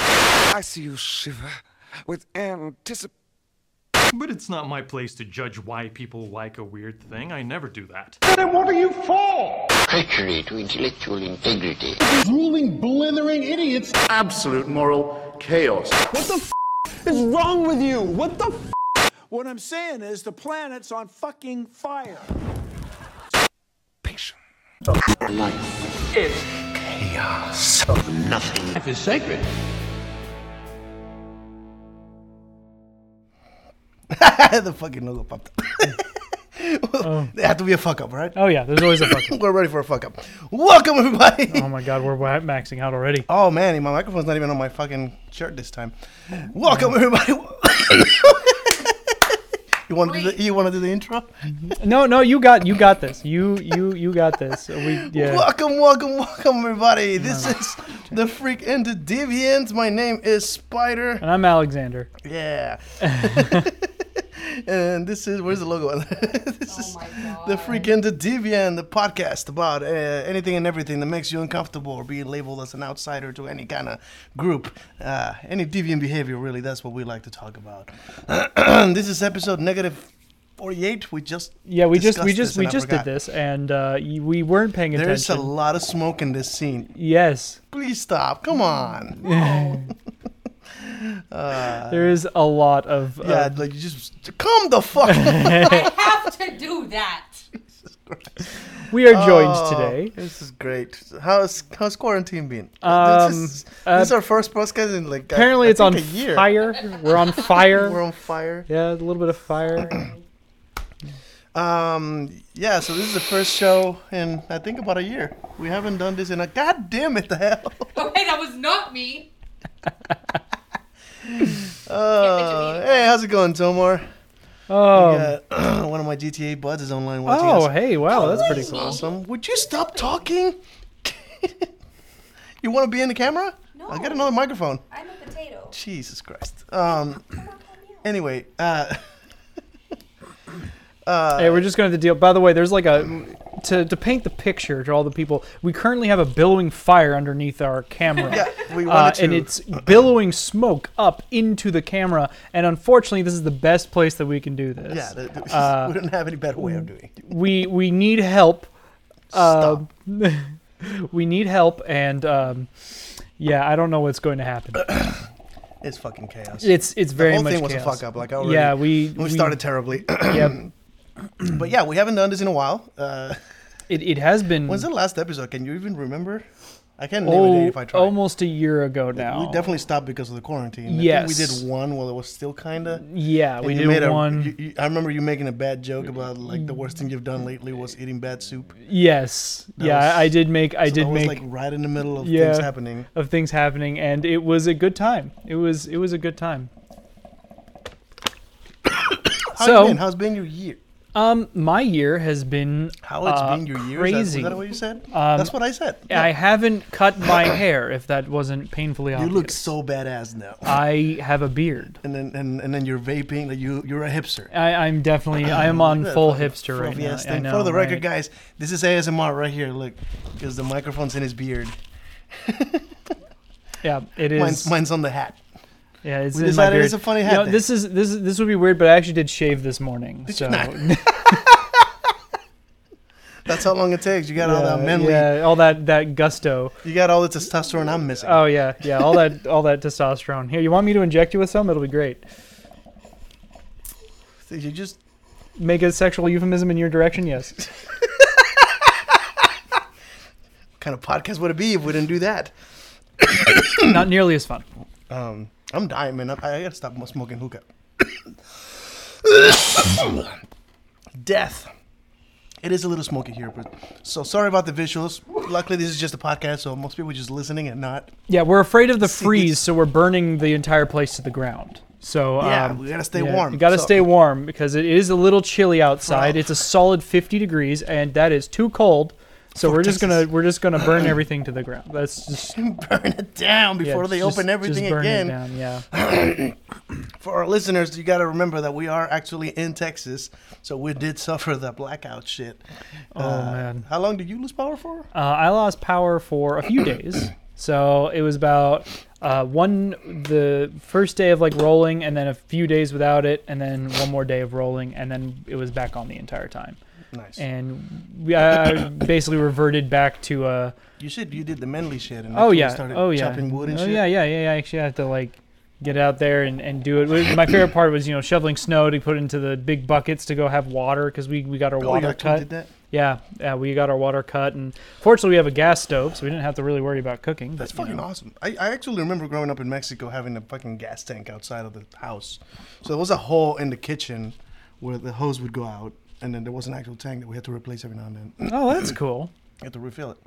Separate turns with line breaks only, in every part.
I see you shiver with anticipation.
But it's not my place to judge why people like a weird thing. I never do that.
Then what are you for?
Treachery to intellectual integrity.
Drooling, blithering idiots.
Absolute moral chaos.
What the f is wrong with you? What the f?
What I'm saying is the planet's on fucking fire.
Life
is
chaos.
Nothing.
Life is sacred.
the fucking logo popped up.
Oh.
They have to be a fuck up, right?
Oh yeah, there's always a fucking.
we're ready for a fuck up. Welcome everybody.
Oh my god, we're wa- maxing out already.
Oh man, my microphone's not even on my fucking shirt this time. Welcome everybody. you want to do the, you want to do the intro?
No, no, you got you got this. You you you got this. We yeah.
Welcome, welcome, welcome everybody. This is the freak and the deviant. My name is Spider.
And I'm Alexander.
Yeah. and this is where's the logo? this is the freak and the deviant, the podcast about uh, anything and everything that makes you uncomfortable or being labeled as an outsider to any kind of group, uh, any deviant behavior. Really, that's what we like to talk about. this is episode negative. 48 we just
Yeah, we just we
discussed this
just we
and I
just did
forgot.
this, and uh, y- we weren't paying attention.
there's a lot of smoke in this scene
yes,
please stop come on Uh,
there is a lot of.
yeah
Uh,
like you just come the fuck
I have to do that.
we are joined
Oh,
today.
This is great. How's how's quarantine been?
Um,
this, is,
uh,
this is our first podcast in like I-
Apparently,
I
it's on
think a year.
fire. We're on fire.
We're on fire.
yeah, a little bit of fire.
Um, yeah. So this is the first show in I think about a year. We haven't done this in a god damn it the hell.
Okay, that was not me.
Uh, hey, how's it going, Tomar?
Oh,
Yeah, one of my GTA buds is online watching
oh,
us.
hey, wow, that's pretty
That's
cool.
awesome. Would you stop talking? you want to be in the camera?
No.
I'll get another microphone.
I'm a potato.
Jesus Christ. Um. Anyway, uh, uh,
Hey, we're just going to deal. By the way, there's like a to, to paint the picture to all the people. We currently have a billowing fire underneath our camera,
yeah, we
uh,
wanted to.
and it's billowing smoke up into the camera. And unfortunately, this is the best place that we can do this.
yeah, th- th-
uh,
we don't have any better way of doing. it.
we we need help. Um, we need help, and um, yeah, I don't know what's going to happen.
It's fucking chaos.
It's it's very
the whole
much
thing was
chaos.
a fuck up. Like I already,
yeah, we
we started terribly.
Yeah,
but yeah, we haven't done this in a while. Uh,
it, it has been.
when's the last episode? Can you even remember? I can't name a
Oh,
date if I try.
almost a year ago now.
We definitely stopped because of the quarantine. I think we
Yes.
did one while it was still kind of.
Yeah, we did one.
I remember you making a bad joke about like the worst thing you've done lately was eating bad soup.
yes,
That
yeah,
was-
I did make. I
So
did
that
make
was like right in the middle of
Yeah.
things happening.
of things happening, and it was a good time. It was it was a good time.
How's
So-
it been? How's been your year?
Um, my year has been
How it's
uh,
been your year? Is that,
Crazy. Um,
was that what you said? That's what I said.
I
Yeah.
haven't cut my hair. If that wasn't painfully
you
obvious,
look so badass now.
I have a beard.
and then and, and then you're vaping. Like you you're a hipster.
I, I'm definitely. I am on full hipster right now.
Yes,
I
thing.
know,
For the record,
right?
guys, this is ASMR right here. Look, because the microphone's in his beard.
Yeah, it is.
Mine's, mine's on the hat.
yeah, it's
we
in my
decided
beard.
it's a funny
You
hat
know,
day.
this is this is- this would be weird, but I actually did shave this morning. so
That's how long it takes. You got all that
Yeah,
manly.
yeah, all that that gusto.
You got all the testosterone I'm missing.
Oh yeah, yeah, all that all that testosterone. Here, you want me to inject you with some? It'll be great.
you just
Make a sexual euphemism in your direction? Yes.
what kind of podcast would it be if we didn't do that?
Not nearly as fun.
Um, I'm dying, man. I, I gotta stop smoking hookah. Death. It is a little smoky here, but so sorry about the visuals. Luckily, this is just a podcast, so most people are just listening and not.
Yeah, we're afraid of the
See,
freeze,
it's-
so we're burning the entire place to the ground. So
Yeah,
um,
we gotta stay
yeah,
warm,
You gotta
so-
stay warm because it is a little chilly outside. It's a solid 50 degrees, and that is too cold. So
For
we're just
Texas.
gonna we're just gonna burn everything to the ground. That's just
Burn it down
yeah,
before they
just-
open everything
just burn it
again.
down, Yeah.
For our listeners, you gotta remember that we are actually in Texas, so we did suffer the blackout shit. Uh,
Oh man.
How long did you lose power for?
Uh, I lost power for a few days. So it was about uh, uh, one the first day of like rolling, and then a few days without it, and then one more day of rolling, and then it was back on the entire time.
Nice.
And we uh, basically reverted back to uh,
you said you did the manly shit and
oh
actually
yeah,
started
oh yeah,
chopping wood and
oh
shit.
yeah, yeah, yeah. yeah. I actually had to like get out there and, and do it. My favorite part was you know shoveling snow to put into the big buckets to go have water because we, we got our
Oh, you
water
actually
cut.
did that?
Yeah, yeah, we got our water cut, and fortunately we have a gas stove, so we didn't have to really worry about cooking.
That's
but, you
fucking
know.
awesome. I, I actually remember growing up in Mexico having a fucking gas tank outside of the house. So there was a hole in the kitchen where the hose would go out, and then there was an actual tank that we had to replace every now and then. We
Oh, that's cool.
had to refill it.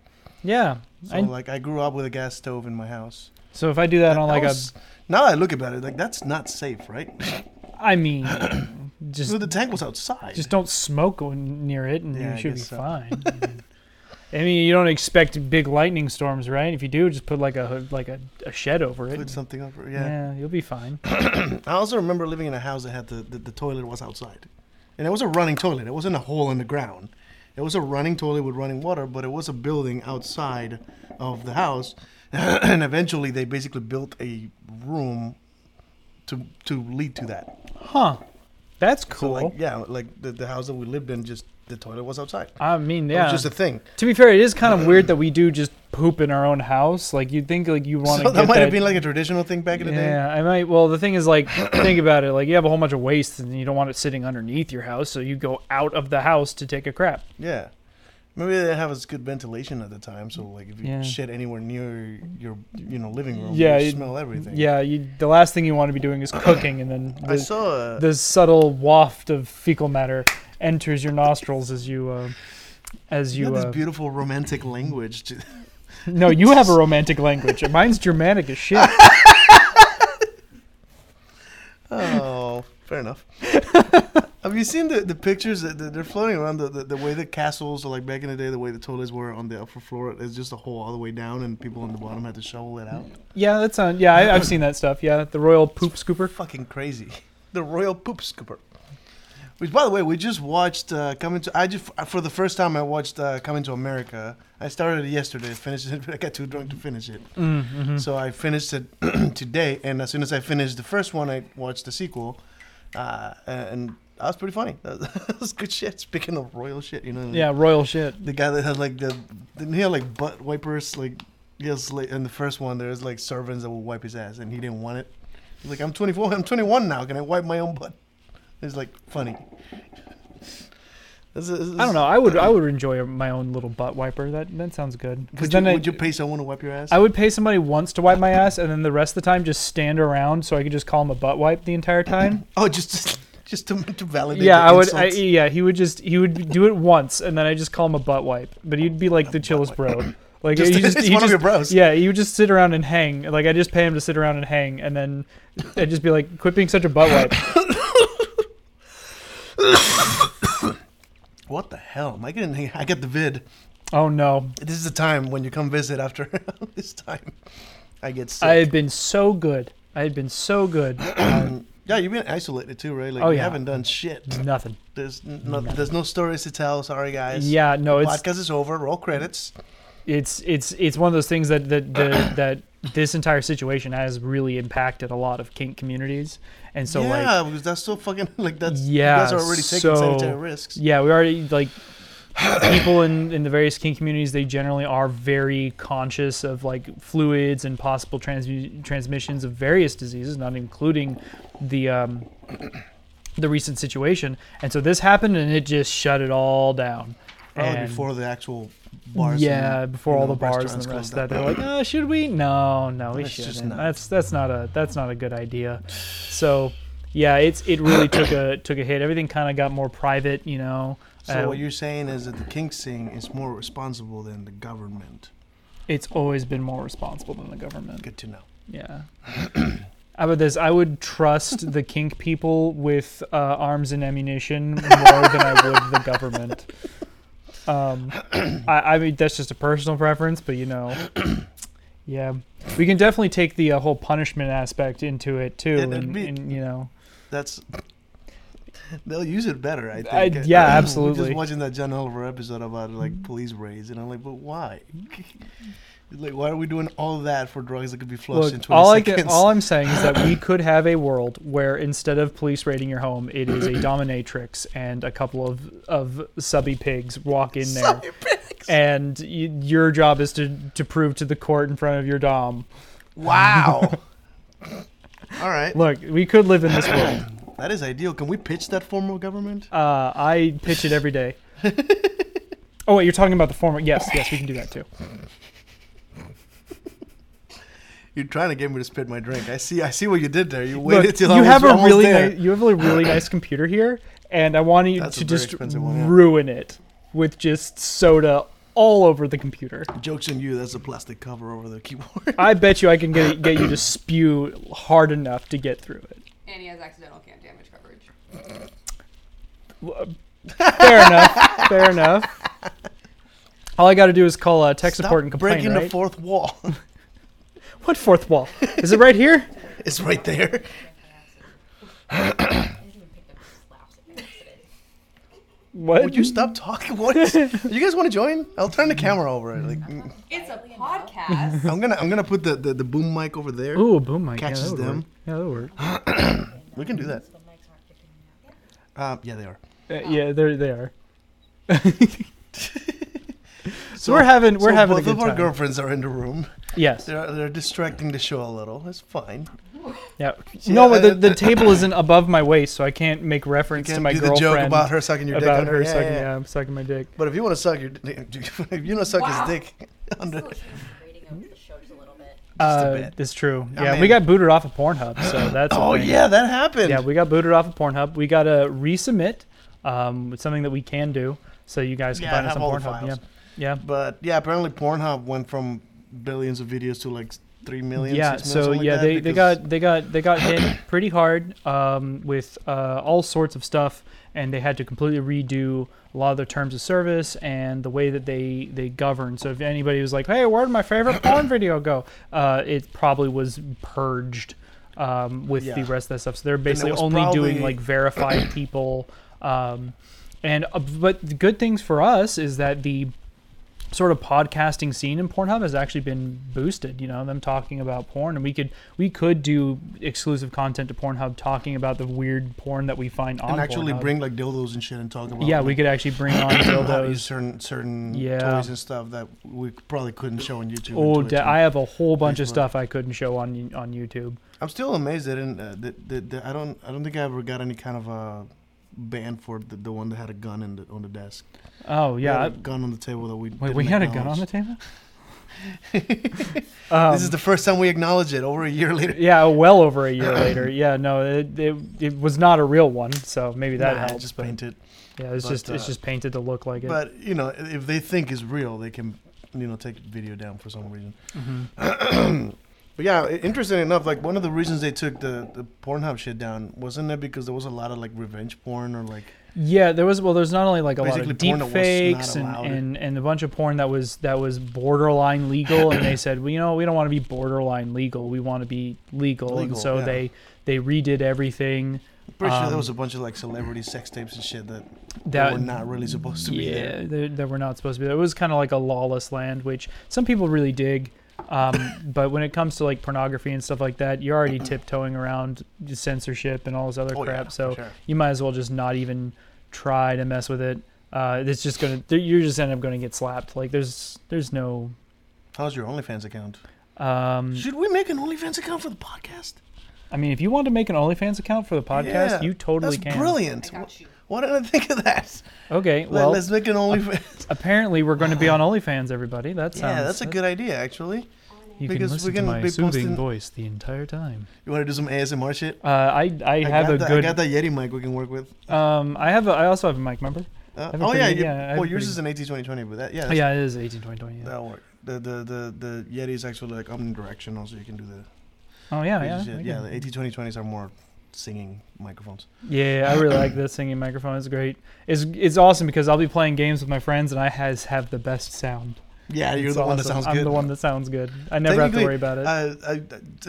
Yeah.
So
I-
like I grew up with a gas stove in my house.
so if I do that on
That
like
was- now that I look about it, like that's not safe, right?
a, I mean, just
so the tank was outside.
just don't smoke when- near it, and
Yeah, I
you should be
guess so.
fine. I mean, you don't expect big lightning storms, right? If you do, just put like a hood- like a, a shed over it.
put something over. Yeah.
yeah, you'll be fine.
I also remember living in a house that had the, the, the toilet was outside. And it was a running toilet. It wasn't a hole in the ground. It was a running toilet with running water, but it was a building outside of the house. and eventually they basically built a room to to lead to that.
Huh? That's
So
cool.
like yeah, like the, the house that we lived in just the toilet was outside.
I mean,
It
yeah.
was just a thing.
to be fair, it is kind of weird that we do just poop in our own house. Like you'd think like you want to
So
get
that might
that
have been like a traditional thing back in the day.
Yeah, I might. Well, the thing is, like, think about it. Like, you have a whole bunch of waste, and you don't want it sitting underneath your house, so you go out of the house to take a crap.
Yeah. Maybe they didn't have as good ventilation at the time, so like if you
Yeah.
shit anywhere near your you know living room,
Yeah,
you
it-
smell everything.
Yeah, you, the last thing you want to be doing is cooking, and then
I
the,
saw a,
the subtle waft of fecal matter enters your nostrils as you, uh, as
you
you.
had
Uh,
this beautiful romantic language. To,
no, you have a romantic language. Mine's Germanic as shit.
oh, fair enough. have you seen the, the pictures that that they're floating around? The, the, the way the castles, or like back in the day, the way the toilets were on the upper floor, it's just a hole all the way down, and people on the bottom had to shovel it out.
Yeah, that's on. Yeah, I, I've seen that stuff. Yeah, the royal poop scooper.
Fucking crazy. The royal poop scooper. Which, by the way, we just watched uh, Coming to. I just for the first time I watched uh, Coming to America. I started it yesterday, finished it, but I got too drunk to finish it. So I finished it today, and as soon as I finished the first one, I watched the sequel, uh, and that was pretty funny. That was, that was good shit. Speaking of royal shit, you know. like,
Yeah, royal shit.
The guy that had like the didn't he have like butt wipers like yes like in the first one there's like servants that will wipe his ass and he didn't want it. He's like I'm 24 I'm 21 now can I wipe my own butt? It's like funny. This is-
I don't know. I would I would enjoy my own little butt wiper. That that sounds good. 'Cause
Would,
then
you,
I-
would you pay someone to wipe your ass?
I would pay somebody once to wipe my ass, and then the rest of the time just stand around so I could just call him a butt wipe the entire time.
oh, just just to, to validate.
yeah,
the
I would. I,
insult.
yeah, he would just he would do it once, and then I just call him a butt wipe. But he'd be like the chillest bro. Like
Just-
he just,
it's
he
one of
just-
your bros.
Yeah, he would just sit around and hang. Like I just pay him to sit around and hang, and then I'd just be like, "Quit being such a butt wipe."
What the hell? Am I getting? I get the vid.
oh no,
This is the time when you come visit after this time. I get sick.
I had been so good. I had been so good.
Um, yeah, you've been isolated too, right? Like
Oh,
you
yeah.
haven't done shit.
Nothing.
There's n- no, there's no stories to tell. Sorry, guys.
Yeah, no, it's
podcast is over. Roll credits.
it's it's it's one of those things that that that, that this entire situation has really impacted a lot of kink communities, and so like
yeah, because that's so fucking like that's
yeah,
you guys are already taking
so,
sanitary risks.
Yeah, we already like people in in the various kink communities. They generally are very conscious of like fluids and possible transmu transmissions of various diseases, not including the. Um, the recent situation, and so this happened, and it just shut it all down.
Probably
And-
before the actual bars.
yeah,
and,
before
you
all
know,
the bars and
restaurants
the
closed
rest of that,
down.
they're like, oh, should we? No, no, we
Let's just
shouldn't.
not."
That's that's not a that's not a good idea. So, yeah, it's it really took a took a hit. Everything kind of got more private, you know.
So
Uh,
what you're saying is that the kink scene is more responsible than the government.
it's always been more responsible than the government.
Good to know.
Yeah. How about this? I would trust the kink people with uh, arms and ammunition more than I would the government. Um, I, I mean, that's just a personal preference, but you know, yeah, we can definitely take the uh, whole punishment aspect into it too,
Yeah, that'd
and,
be-
and, you know,
That's they'll use it better. I
I-
think.
Uh, yeah,
We're
absolutely.
Just watching that John Oliver episode about like police raids, and I'm like, but why? Like, why are we doing all that for drugs that could be flushed in
Look,
20
all I
seconds?
can, all I'm saying is that we could have a world where instead of police raiding your home, it is a dominatrix and a couple of of subby pigs walk in there, and you, your job is to to prove to the court in front of your dom.
wow. all right,
Look, we could live in this world.
that is ideal. Can we pitch that form of government?
Uh, I pitch it every day. oh wait, you're talking about the former? Yes, yes, we can do that too.
You're trying to get me to spit my drink. I see. I see what you did there. You waited
Look,
till
you
I
have
was
a
almost
really
there.
nice, you have a really nice computer here, and I want you
That's a
to
very
just
expensive one, yeah.
ruin it with just soda all over the computer.
Jokes on you. That's a plastic cover over the keyboard.
I bet you I can get get you to spew hard enough to get through it.
And he has accidental camp damage coverage.
Fair enough. Fair enough. All I got to do is call uh, tech
Stop
support and complain.
breaking the
Right?
fourth wall.
what fourth wall? Is it right here?
it's right there.
What?
Would you stop talking? What? Is, you guys want to join? I'll turn the camera over. Like, mm,
It's a podcast.
I'm gonna, I'm gonna put the, the, the boom mic over there.
Ooh, boom mic.
Catches
yeah, that would
them.
Work. Yeah, that would work.
We can do that. Uh, yeah, they are.
Uh, yeah, there they are. so we're having we're
so
having
both
a good
of our
time.
girlfriends are in the room.
yes.
They're they're distracting the show a little. It's fine.
Yeah. No,
uh,
but the, the table isn't above my waist, so I can't make reference to
Can't
my
do the
girlfriend
joke about her sucking your dick
about
on
her
yeah,
sucking.
yeah,
Yeah,
yeah.
I'm sucking my dick.
But if you want to suck your, if you want to suck
Wow.
his dick, under,
Oh,
a
Uh,
bit.
it's true.
I
Yeah, we
mean-
got booted off of Pornhub, so that's. a
oh
thing.
yeah, that happened.
Yeah, we got booted off of Pornhub. We got to resubmit. Um, it's something that we can do, so you guys can
Yeah,
find
have
us on
all the
Pornhub. Yeah.
files.
Yeah.
But yeah, apparently Pornhub went from billions of videos to like three million.
yeah
six
so
million, something
yeah
like that,
they, they
because-
got they got they got hit pretty hard um, with uh, all sorts of stuff and they had to completely redo a lot of their terms of service and the way that they they govern so if anybody was like hey where did my favorite porn video go uh, it probably was purged um, with the
Yeah.
rest of that stuff so they're basically
was
only doing
probably-
like verified people um, and uh, but the good things for us is that the sort of podcasting scene in Pornhub has actually been boosted. You know, them talking about porn, and we could we could do exclusive content to Pornhub talking about the weird porn that we find on
and actually
Pornhub.
bring like dildos and shit and talk about.
yeah,
like,
we could actually bring on
how to use
dildos.
certain certain
Yeah.
toys and stuff that we probably couldn't show on YouTube. and
Oh,
Twitch
da-
and-
I have a whole bunch of stuff I couldn't show on on YouTube.
I'm still amazed that in uh, that, that, that I don't I don't think I ever got any kind of a ban for the, the one that had a gun in the, on the desk.
Oh
We had
yeah,
a gun on the table that we.
wait,
didn't
we had a gun on Um, the
acknowledge.
table.
this is the first time we acknowledge it over a year later.
Yeah, well over a year later. Yeah, no, it, it, it was not a real one, so maybe that
Nah,
helps.
just
but-
paint it.
yeah, it's
but,
just it's
uh,
just painted to look like it.
But you know, if they think it's real, they can you know take video down for some reason. Mm-hmm. but yeah, i- interesting enough, like one of the reasons they took the the Pornhub shit down wasn't it because there was a lot of like revenge porn or like
Yeah, there was well, there's not only like a lot of
Basically
deep
porn that was not
fakes and,
allowed.
and and a bunch of porn that was that was borderline legal, and they said, well, you know, we don't want to be borderline legal, we want to be legal, and
Legal,
so
yeah.
they they redid everything.
pretty sure there was a bunch of like celebrity sex tapes and shit that,
That-
were not really supposed to be there.
Yeah, that that were not supposed to be. There It was kind of like a lawless land, which some people really dig. Um, but when it comes to like pornography and stuff like that, you're already tiptoeing around censorship and all this other
Oh,
crap.
yeah,
so
sure.
you might as well just not even try to mess with it. Uh, it's just gonna th- you're just end up gonna get slapped. Like there's there's no
How's your OnlyFans account?
um.
Should we make an OnlyFans account for the podcast?
I mean, if you want to make an OnlyFans account for the podcast, you totally
that's
can.
Brilliant.
I got you.
Why didn't I think of that?
Okay,
Let-
well, uh,
Let's make an OnlyFans.
apparently we're going to be on OnlyFans, everybody. That sounds
yeah, that's a good idea actually.
You
because
can
we
listen
can
to my
be
soothing
posting-
voice the entire time.
You want to do some ASMR shit?
Uh, I I
I
have
got
a
the,
good.
I got that Yeti mic we can work with.
Um, I have. A, I also have a mic. Remember?
Uh,
have a
oh yeah,
pretty-
you,
yeah, I have
well
a
yours
pretty-
is an eighteen twenty twenty, but that yeah,
Oh, yeah, it is eighteen twenty twenty. Yeah.
that'll work. The the the the Yeti is actually like omnidirectional, so you can do the
Oh yeah, yeah.
yeah,
I
yeah
can-
the eighteen twenty twenties are more singing microphones.
Yeah, I really like the singing microphone. It's great. It's it's awesome because I'll be playing games with my friends and I has have the best sound.
Yeah, you're
It's
the one that
awesome.
sounds
I'm
good.
the one that sounds good. I never have to
Technically,
worry about it.
I, I,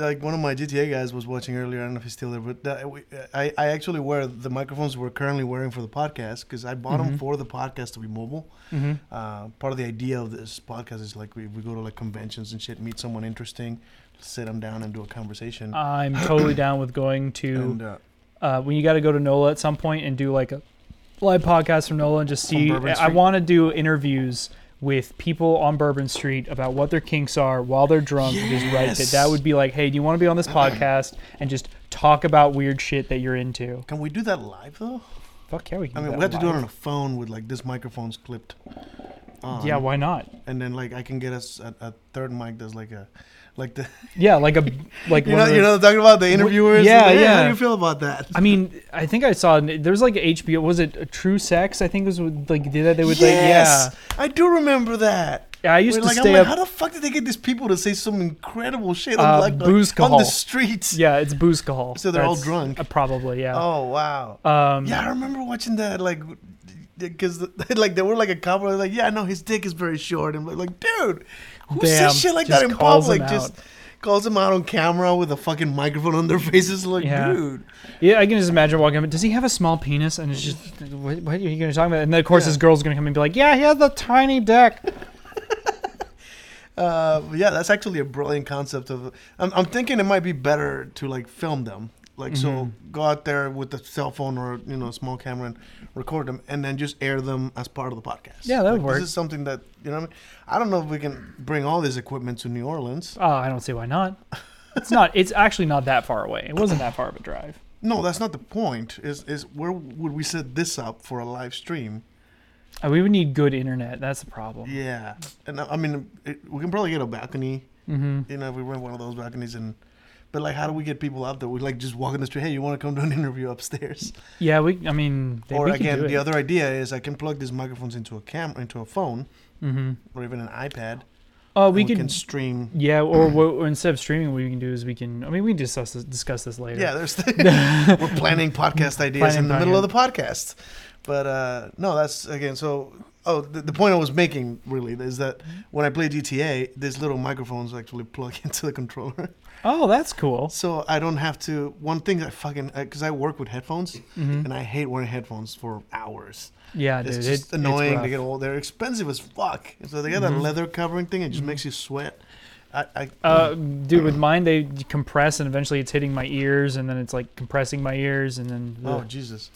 like one of my GTA guys was watching earlier. I don't know if he's still there, but uh, we- I, I actually wear the microphones we're currently wearing for the podcast because I bought
Mm-hmm.
them for the podcast to be mobile. Uh, part of the idea of this podcast is like we, we go to like conventions and shit, meet someone interesting, sit them down and do a conversation.
I'm totally down with going
and
to
uh,
uh, when you got to go to NOLA at some point and do like a live podcast from NOLA and just see.
Bourbon
I
Street?
want to do interviews with people on Bourbon Street about what their kinks are while they're drunk. Because right, that that
Yes. Uh-uh.
would be like, hey, do you want to be on this podcast and just talk about weird shit that you're into?
can we do that live though?
Fuck yeah, we can.
I mean,
that
we have to do it
live.
on a phone with like this microphone's clipped,
Yeah, why not?
and then like I can get us a, a third mic that's like a like the
Yeah, like a like
you
one
know
of
you
those-
know talking about the interviewers.
yeah,
Hey, How
yeah.
do you feel about that?
I mean, I think I saw there's like HBO. Was it True Sex? I think was what, like did that they would
yes,
like
I do remember that.
yeah. Yeah, I used
We're
to
like,
stay
I'm like,
up.
how the fuck did they get these people to say some incredible shit
Uh,
on, like, like, on
boozcahol.
the streets?
yeah, it's booze alcohol.
So they're all drunk.
uh, probably yeah.
Oh wow.
Um,
yeah, I remember watching that. Like, because like they were like a couple. Like, yeah, no, his dick is very short. And I'm like, dude, who
Damn,
says shit like that
just
in
calls him
public? Just
out.
calls him out on camera with a fucking microphone on their faces. Like,
Yeah.
dude.
yeah, I can just imagine walking up. Does he have a small penis? And it's just what, what are you going to talk about? And then of course this girl's going to come and be like, yeah, he has a tiny dick.
Uh, but yeah, that's actually a brilliant concept of. I'm, I'm thinking it might be better to like film them, like so
Mm-hmm.
go out there with a cell phone or you know a small camera and record them, and then just air them as part of the podcast.
Yeah, that would
Like,
work.
This is something that you know. What I, mean? I don't know if we can bring all this equipment to New Orleans.
Oh, I don't see why not. It's not. It's actually not that far away. It wasn't that far of a drive.
No, that's not the point. Is is where would we set this up for a live stream?
Uh, we would need good internet. That's the problem.
Yeah, and I I mean it, we can probably get a balcony.
Mm-hmm.
You know, if we rent one of those balconies and. But like, how do we get people out there? We like just walk in the street. Hey, you want to come do an interview upstairs?
Yeah, we. I mean, they,
or
we could do
again, the
it.
other idea is I can plug these microphones into a camera, into a phone, or even an iPad.
Oh,
and
Mm-hmm. we
we
could
can stream.
Yeah, or what, or instead of streaming, what we can do is we can. I mean, we can discuss this, discuss this later.
Yeah, there's we're planning podcast ideas
Planning
in the middle of the podcast. But uh, no, that's again. So oh, the, the point I was making really is that when I play GTA, these little microphones actually plug into the controller.
Oh, that's cool.
So I don't have to. One thing I fucking because I work with headphones, and I hate wearing headphones for hours.
Mm-hmm. Yeah,
It's
dude, it-
just annoying.
rough. Mm-hmm.
they get all they're expensive as fuck. And so they got that leather covering thing. It just makes you sweat. I, I
Uh, dude, with mine they compress and eventually it's hitting my ears, and then it's like compressing my ears, and then
oh
ugh.
Jesus.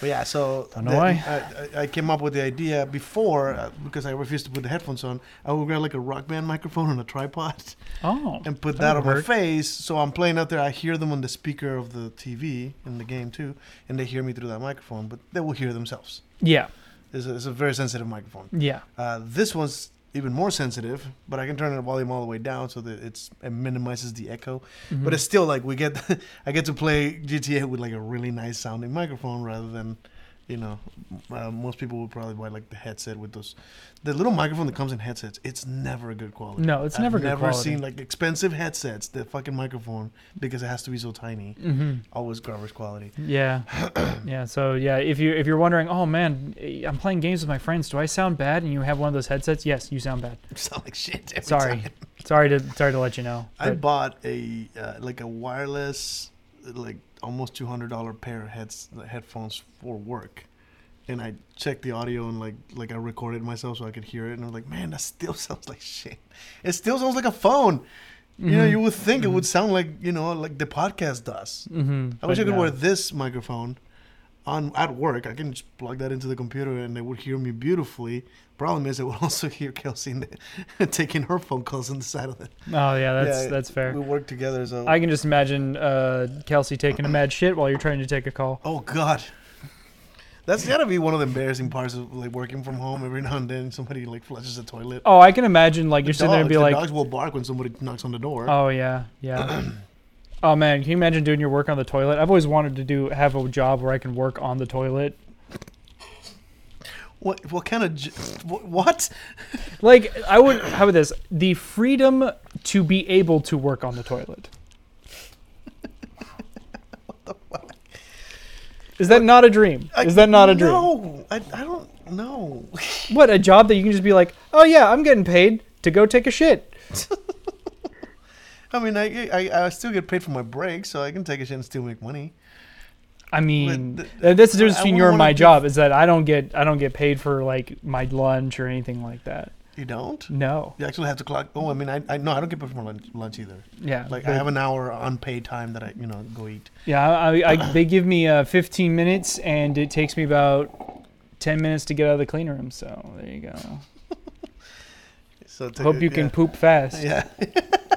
But yeah, so
Don't know
the-
why.
I, I- I came up with the idea before uh, because I refused to put the headphones on. I would grab like a rock band microphone on a tripod
oh,
and put that, on
would
my
work.
face. So I'm playing out there. I hear them on the speaker of the TV in the game too, and they hear me through that microphone. But they will hear themselves.
Yeah,
It's a, it's a very sensitive microphone.
yeah.
Uh, this one's even more sensitive, but I can turn the volume all the way down so that it's it minimizes the echo.
Mm-hmm.
But it's still like we get I get to play GTA with like a really nice sounding microphone rather than you know uh, most people would probably buy like the headset with those the little microphone that comes in headsets. It's never a good quality.
No, it's
I've
never good
never
quality.
seen like expensive headsets the fucking microphone because it has to be so tiny.
Mm-hmm.
Always garbage quality.
Yeah, yeah. So yeah, if you if you're wondering, oh man, I'm playing games with my friends. Do I sound bad? And you have one of those headsets? Yes, you sound bad.
Sound like shit. Every
Sorry,
time.
sorry to sorry to let you know.
I
but-
bought a uh, like a wireless, like almost two hundred dollar pair of heads headphones for work, and I checked the audio and like like I recorded myself so I could hear it, and I'm like, man, that still sounds like shit. It still sounds like a phone. You know, you would think it would sound like you know like the podcast does. Mm-hmm, I wish
but
I could
no.
wear this microphone. On at work, I can just plug that into the computer and they would hear me beautifully. Problem is, they would also hear Kelsey in the, taking her phone calls on the side of it.
oh yeah, that's
Yeah,
that's fair.
We work together, so.
I can just imagine uh, Kelsey taking a mad shit while you're trying to take a call.
oh God, that's gotta be one of the embarrassing parts of like working from home. Every now and then, somebody like flushes the toilet.
Oh, I can imagine like you're sitting there and
Dogs-
be
the
like,
dogs will bark when somebody knocks on the door.
oh yeah, yeah. oh man, can you imagine doing your work on the toilet? I've always wanted to do have a job where I can work on the toilet.
what? What kind of? j- wh- What?
Like I would, how about this? The freedom to be able to work on the toilet. Is that not a dream?
I-
Is that not a dream?
No, I, I don't. No.
What a job that you can just be like, oh yeah, I'm getting paid to go take a shit.
I mean, I, I I still get paid for my break, so I can take a shit and still make money.
I mean,
th-
th- that's the difference
I
between
wouldn't
your and
wanna
my
give-
job is that I don't get I don't get paid for like my lunch or anything like that.
You don't?
No.
You actually have to clock. Oh, I mean, I, I no, I don't get paid for my lunch, lunch either.
Yeah.
Like I
but-
have an hour unpaid time that I you know go eat.
Yeah, I, I, they give me uh, 15 minutes, and it takes me about 10 minutes to get out of the clean room. So there you go.
So to,
Hope you can
yeah.
poop fast.
Yeah.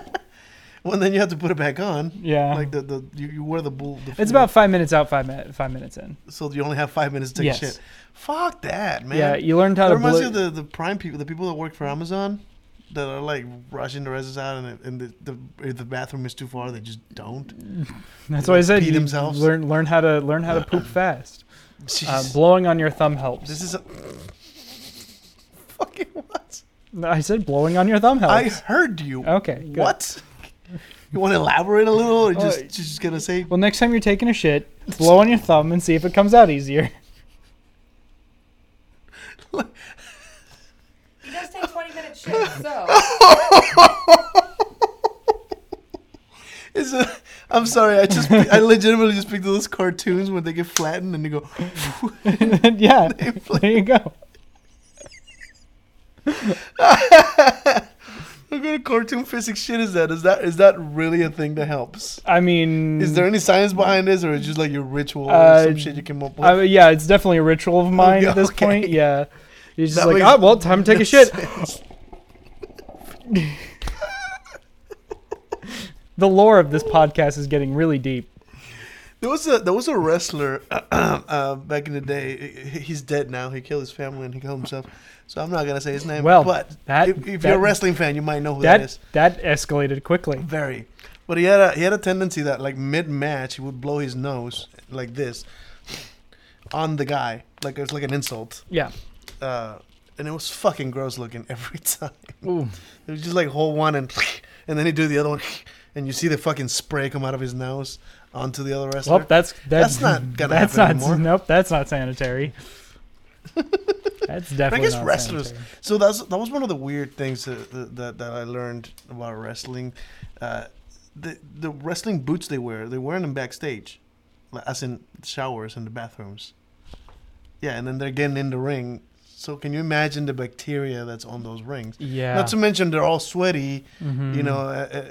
well, then you have to put it back on.
Yeah.
Like the, the you, you wear the bull. The
Uh-huh. it's
full-
about five minutes out, five minutes, five minutes in.
so you only have five minutes to take
Yes.
a shit. Fuck that, man.
Yeah, you learned how
That
to.
reminds me
Blo-
of the, the prime people, the people that work for Amazon, that are like rushing the reses out, and, and the, the if the bathroom is too far, they just
Uh,
don't.
That's why I said
pee
you
themselves.
learn learn how to learn how to poop fast. Uh,
Jeez.
blowing on your thumb helps.
this is a fucking what?
No, I said blowing on your thumb
I
helps.
heard you.
Oh. Okay, good.
What? You want to elaborate a little, or just
Uh,
just gonna say?
Well, next time you're taking a shit, blow on your thumb and see if it comes out easier.
He does take 20 minute shifts, so
It's a, I'm sorry. I just I legitimately just picked those cartoons when they get flattened and they go.
yeah, there you go.
What kind of cartoon physics shit is that? Is that is that really a thing that helps?
I mean,
Is there any science behind this, or is it just like your ritual
Uh,
or some shit you came up with?
I mean, yeah, it's definitely a ritual of mine at this
okay.
point. Yeah. You're just
That
like,
makes
oh, well, time to take a shit. the lore of this podcast is getting really deep.
There was a there was a wrestler uh, back in the day. He- He's dead now. He killed his family and he killed himself. So I'm not gonna say his name.
Well,
but
that-
if, if
that-
you're a wrestling fan, you might know who that
That
is.
that escalated quickly.
Very. But he had a he had a tendency that like mid match he would blow his nose like this on the guy like it was like an insult.
Yeah.
uh, and it was fucking gross looking every time. It was just like hold one and and then he do the other one, and you see the fucking spray come out of his nose onto the other wrestler.
Well, that's that's,
That's not gonna
that's
happen
not
anymore.
nope. That's not sanitary. that's
I
definitely.
guess
not
wrestlers.
sanitary.
So that's that was one of the weird things that that, that, that I learned about wrestling. Uh, the the wrestling boots they wear, they're wearing them backstage, like, as in showers and the bathrooms. Yeah, and then they're getting in the ring. So can you imagine the bacteria that's on those rings?
Yeah. Mm-hmm.
Not to mention they're all sweaty. You know, uh, uh,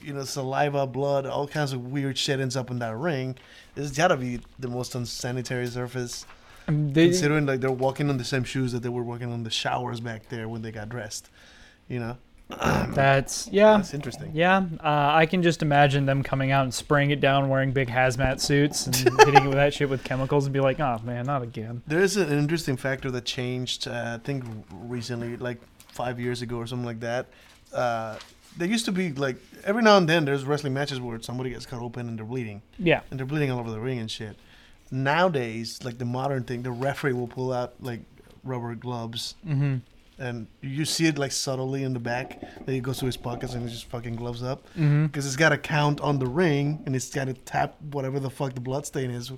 you know, saliva, blood, all kinds of weird shit ends up in that ring. It's gotta be the most unsanitary surface.
Um, They-
Considering like they're walking on the same shoes that they were walking on the showers back there when they got dressed, you know,
that's yeah.
that's interesting.
Yeah, uh, I can just imagine them coming out and spraying it down wearing big hazmat suits and hitting it with that shit with chemicals and be like, oh man, not again.
There is an interesting factor that changed. Uh, I think recently, like five years ago or something like that. Uh, there used to be like every now and then there's wrestling matches where somebody gets cut open and they're bleeding,
Yeah.
and they're bleeding all over the ring and shit. Nowadays, like the modern thing, the referee will pull out like rubber gloves,
Mhm.
and you see it like subtly in the back that he goes to his pockets and he just fucking gloves up because
Mhm.
it's got to count on the ring and it's got to tap whatever the fuck the blood stain is,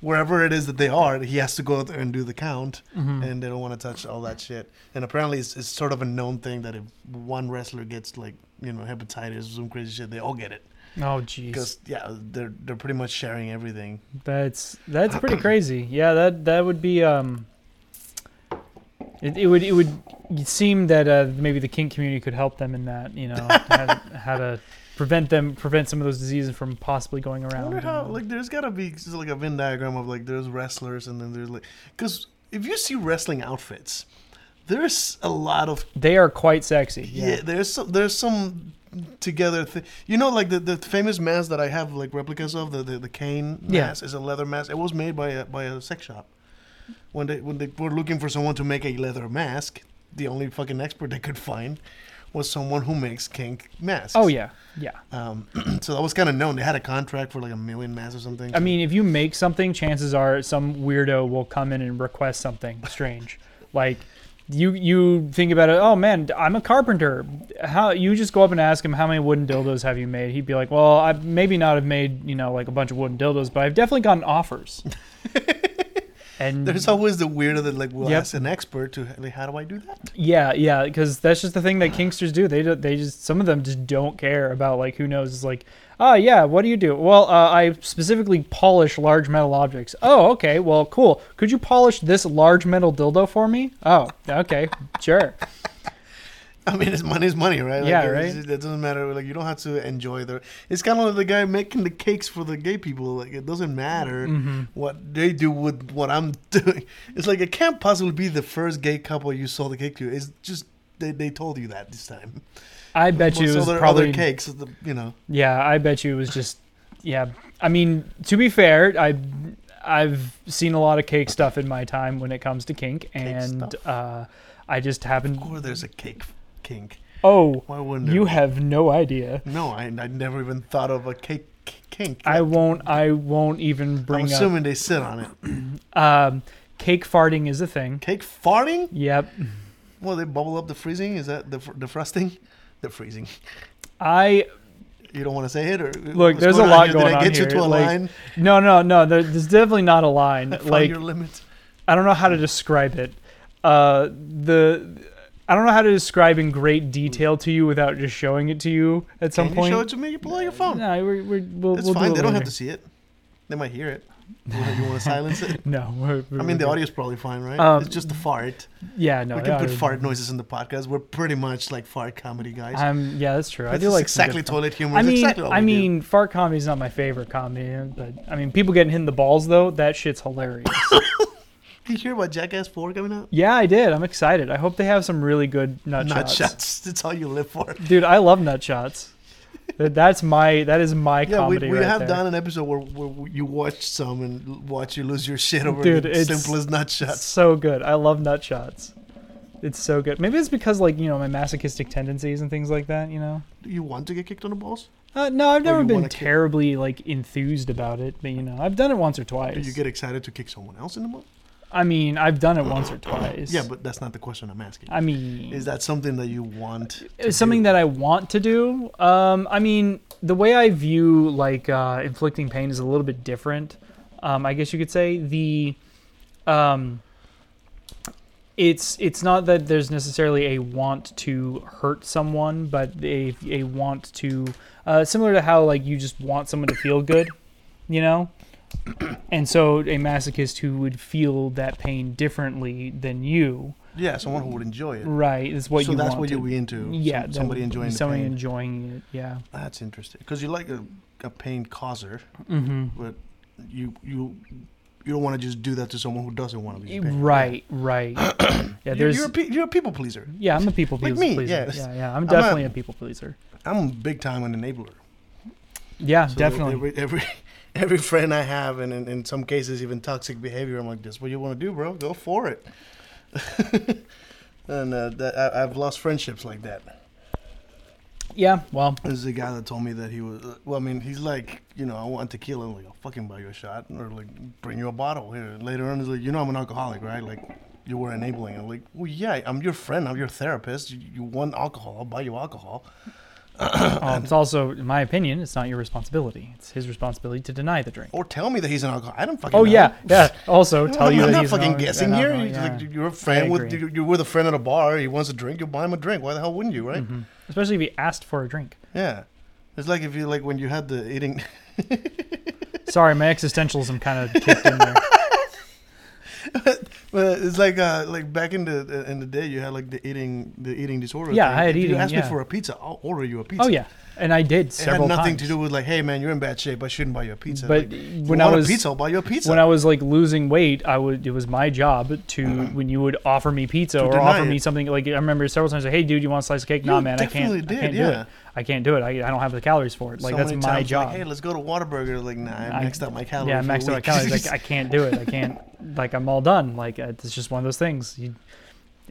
wherever it is that they are. He has to go out there and do the count, and they don't want to touch all that shit. And apparently, it's, it's sort of a known thing that if one wrestler gets like you know hepatitis or some crazy shit, they all get it
Oh jeez.
because yeah, they're they're pretty much sharing everything.
That's that's pretty crazy. Yeah, that that would be um it, it would it would seem that uh, maybe the kink community could help them in that, you know, how, how to prevent them prevent some of those diseases from possibly going
I
around.
wonder how
and-
like there's gotta be just like a Venn diagram of like there's wrestlers and then there's like because if you see wrestling outfits, there's a lot of
they are quite sexy.
yeah, there's some there's some together thing you know like the, the famous mask that I have like replicas of the the, the cane
Yeah.
mask is a leather mask it was made by a by a sex shop when they when they were looking for someone to make a leather mask the only fucking expert they could find was someone who makes kink masks
Oh yeah. Yeah.
Um, so that was kind of known. They had a contract for like a million masks or something.
I mean, if you make something, chances are some weirdo will come in and request something strange. like you you think about it. Oh man, I'm a carpenter. How you just go up and ask him how many wooden dildos have you made? He'd be like, well, I maybe not have made you know like a bunch of wooden dildos, but I've definitely gotten offers. And
There's always the weirdo that like will
Yep.
ask an expert to like, how do I do that?
yeah, yeah, because that's just the thing that kinksters do. They do, they just some of them just don't care about like who knows. It's like, ah, yeah, what do you do? Well, uh, I specifically polish large metal objects. Oh, okay, well, cool. Could you polish this large metal dildo for me? Oh, okay, sure.
I mean, it's money is money, right? Like,
Yeah,
it's-
right?
It doesn't matter. Like you don't have to enjoy the. It's kind of like the guy making the cakes for the gay people. Like it doesn't matter
Mm-hmm.
what they do with what I'm doing. It's like it can't possibly be the first gay couple you sold the cake to. It's just they, they told you that this time.
I bet you
Most
it was
other,
probably
other cakes, the- you know.
Yeah, I bet you it was just yeah. I mean, to be fair, I I've seen a lot of cake stuff in my time when it comes to kink, and
stuff.
uh, I just happened.
Or there's a cake kink.
Oh,
Why wouldn't
you
there?
have no idea.
No, I, I never even thought of a cake k- kink.
I won't. I won't even
I'm
bring up.
assuming they sit on it.
Um, cake farting is a thing.
Cake farting?
Yep.
Well, they bubble up the freezing. Is that the fr- the frosting? The freezing.
I
You don't want to say it, or
look.
what's
there's a
on
lot
here?
going
Did I
on
get
here.
you to a
like-
line?
No, no, no. There, there's definitely not a line.
Found
like
your limit.
I don't know how to describe it. Uh, the I don't know how to describe in great detail to you without just showing it to you at some
Can
point.
you show it to me? You pull out your phone.
No, we're, we're, we'll,
it's
we'll
fine.
Do it
They don't have
later.
to see it. They might hear it. You want, to silence it?
No, we're, we're,
I mean, the
we're-
audio's probably fine, right?
Um,
it's just the fart.
Yeah, no,
We can
yeah,
put fart noises in the podcast. We're pretty much like fart comedy guys.
I'm yeah, that's true. I
This
do
is
like some
exactly
good-
toilet humor.
I
It's
mean,
exactly what
I
we do.
mean, fart comedy is not my favorite comedy, but I mean, people getting hit in the balls though, that shit's hilarious.
Did you hear about Jackass 4 coming out?
yeah, I did. I'm excited. I hope they have some really good nut,
Not
shots.
shots. That's all you live for.
Dude, I love nut shots. That- That's my that is my
Yeah, we,
comedy.
we
right
have
there.
done an episode where, where you watch some and l- watch you lose your shit over
Dude,
the
it's-
simplest nut
That's
shots.
so good. I love nut shots. It's so good. Maybe it's because like you know my masochistic tendencies and things like that. You know.
Do you want to get kicked on the balls?
Uh, no, I've never
you
been
wanna kick-
terribly like enthused about it, but you know I've done it once or twice.
Do you get excited to kick someone else in the balls?
I mean, I've done it once or twice.
Yeah, but that's not the question I'm asking.
I mean,
Is that something that you want? to
it's something
do?
that I want to do. Um, I mean, the way I view like uh, inflicting pain is a little bit different. Um, I guess you could say the, um, it's it's not that there's necessarily a want to hurt someone, but a a want to uh, similar to how like you just want someone to feel good, you know. And so a masochist who would feel that pain differently than you,
Yeah, someone who would enjoy it.
right, is what
so
you
that's
want
what
to
you're into.
yeah,
some-
that
somebody
would
enjoying
be
the
somebody
pain.
enjoying it. Yeah,
that's interesting because you like a, a pain causer,
Mm-hmm.
but you you you don't want to just do that to someone who doesn't want to be in pain.
right, right. yeah,
You're,
there's.
you're, a, pe- you're a people pleaser.
yeah, I'm a people
like
pleaser.
me,
pleaser.
yes.
Yeah, yeah, I'm
not-
definitely a people pleaser.
I'm big time an enabler.
Yeah,
So
definitely.
Every, every every friend I have, and in, in some cases even toxic behavior, I'm like, "That's what you want to do, bro. Go for it." and uh, that, I, I've lost friendships like that.
yeah, well,
There's a guy that told me that he was. Well, I mean, he's like, you know, I want tequila. I'm like, I'll fucking buy you a shot, or like, bring you a bottle here. Later on, he's like, you know, I'm an alcoholic, right? Like, you were enabling. I'm like, well, yeah, I'm your friend. I'm your therapist. You, you want alcohol? I'll buy you alcohol.
um, it's also, in my opinion, it's not your responsibility. It's his responsibility to deny the drink.
Or tell me that he's an alcoholic. I don't fucking.
Oh
know.
yeah, yeah. Also,
I'm
tell
not-
you
I'm
that
not
he's
fucking
not-
guessing
yeah,
here.
no,
You-
yeah.
like, you're a friend with
agree.
you- you're with a friend at a bar. He wants a drink. You buy him a drink. Why the hell wouldn't you, right?
Mm-hmm. especially if he asked for a drink.
Yeah, it's like if you like when you had the eating.
Sorry, my existentialism kind of kicked in there.
Well, it's like uh, like back in the uh, in the day, you had like the eating the eating disorder.
Yeah,
thing.
I had
if
eating,
You asked
yeah.
me for a pizza. I'll order you a pizza.
Oh yeah, and I did
It
several
had nothing
times.
to do with like, hey man, you're in bad shape. I shouldn't buy you a pizza.
But
Like, you
when I
want
was-
a pizza, I'll buy you a pizza.
when I was like losing weight, I would it was my job to when you would offer me pizza or
deny
offer me
it.
something like I remember several times like, hey dude, you want a slice of cake? Nah,
You
man, I can't.
definitely
I
did,
can't do
yeah.
it. I can't do it. I, I don't have the calories for it. Like
So
that's
many
my
times,
job.
Like, hey, let's go to Whataburger. Like, nah, I
I-
maxed out my calories.
yeah, I
for the
maxed out my
week.
calories. Like I can't do it. I can't. Like I'm all done. Like uh, it's just one of those things. He,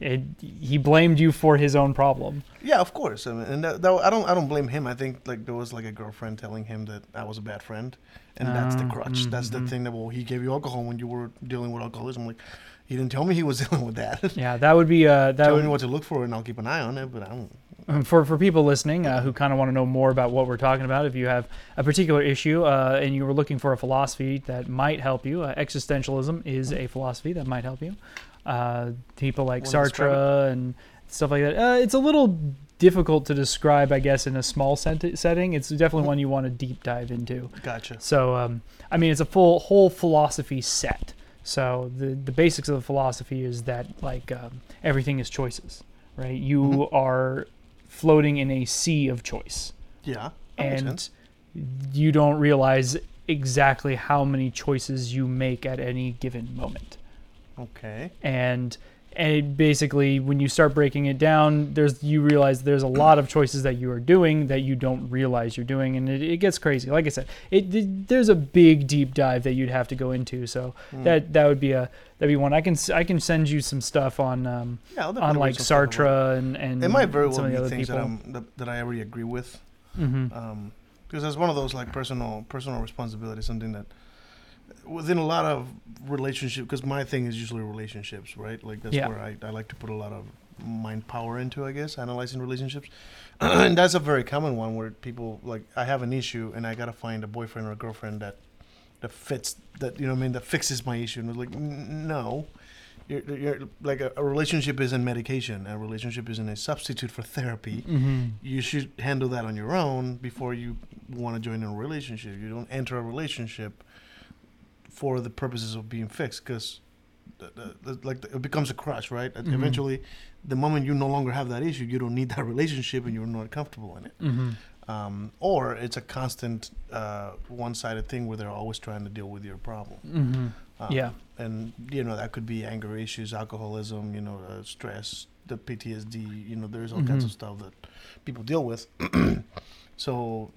it, he blamed you for his own problem.
Yeah, of course, I mean, and that, that, I don't I don't blame him. I think like there was like a girlfriend telling him that I was a bad friend, and that's the
Ah,
crutch.
mm-hmm.
That's the thing that well he gave you alcohol when you were dealing with alcoholism. Like he didn't tell me he was dealing with that.
Yeah, that would be uh that
tell
would
me what to look for, and I'll keep an eye on it. But I don't.
Um, for for people listening uh, who kind of want to know more about what we're talking about, if you have a particular issue uh, and you were looking for a philosophy that might help you, uh, existentialism is a philosophy that might help you. Uh, people like Sartre and stuff like that. Uh, it's a little difficult to describe, I guess, in a small sent- setting. It's definitely one you want to deep dive into.
Gotcha.
So, um, I mean, it's a full whole philosophy set. So the the basics of the philosophy is that like um, everything is choices, right? You
Mm-hmm.
are floating in a sea of choice,
Yeah. that makes
and
sense.
you don't realize exactly how many choices you make at any given moment
okay.
and and it basically when you start breaking it down there's you realize there's a lot of choices that you are doing that you don't realize you're doing and it, it gets crazy like i said it, it- there's a big deep dive that you'd have to go into so
Hmm.
that that would be a that'd be one i can s- i can send you some stuff on um
Yeah, I'll
on
definitely
like
read some stuff about
sartre and and
It might very well
some of
be
the other
things
people Mm-hmm.
that I'm that, that I already agree with. Um, because that's one of those like personal personal responsibility, something that within a lot of relationship. Because my thing is usually relationships, right? Like that's
Yeah.
where I, I like to put a lot of mind power into, I guess, analyzing relationships. and that's a very common one where people like I have an issue and I gotta find a boyfriend or a girlfriend that that fits that you know what I mean that fixes my issue. And it's like "N- no, you're, you're like a, a relationship isn't medication. A relationship isn't a substitute for therapy. You should handle that on your own before you want to join a relationship. You don't enter a relationship for the purposes of being fixed because like it becomes a crutch, right? And Eventually, the moment you no longer have that issue, you don't need that relationship and you're not comfortable in it. Um, or it's a constant uh, one-sided thing where they're always trying to deal with your problem. Um,
Mm-hmm. Yeah.
and you know that could be anger issues, alcoholism, you know, uh, stress, the PTSD. You know, there's all kinds of stuff that people deal with. so,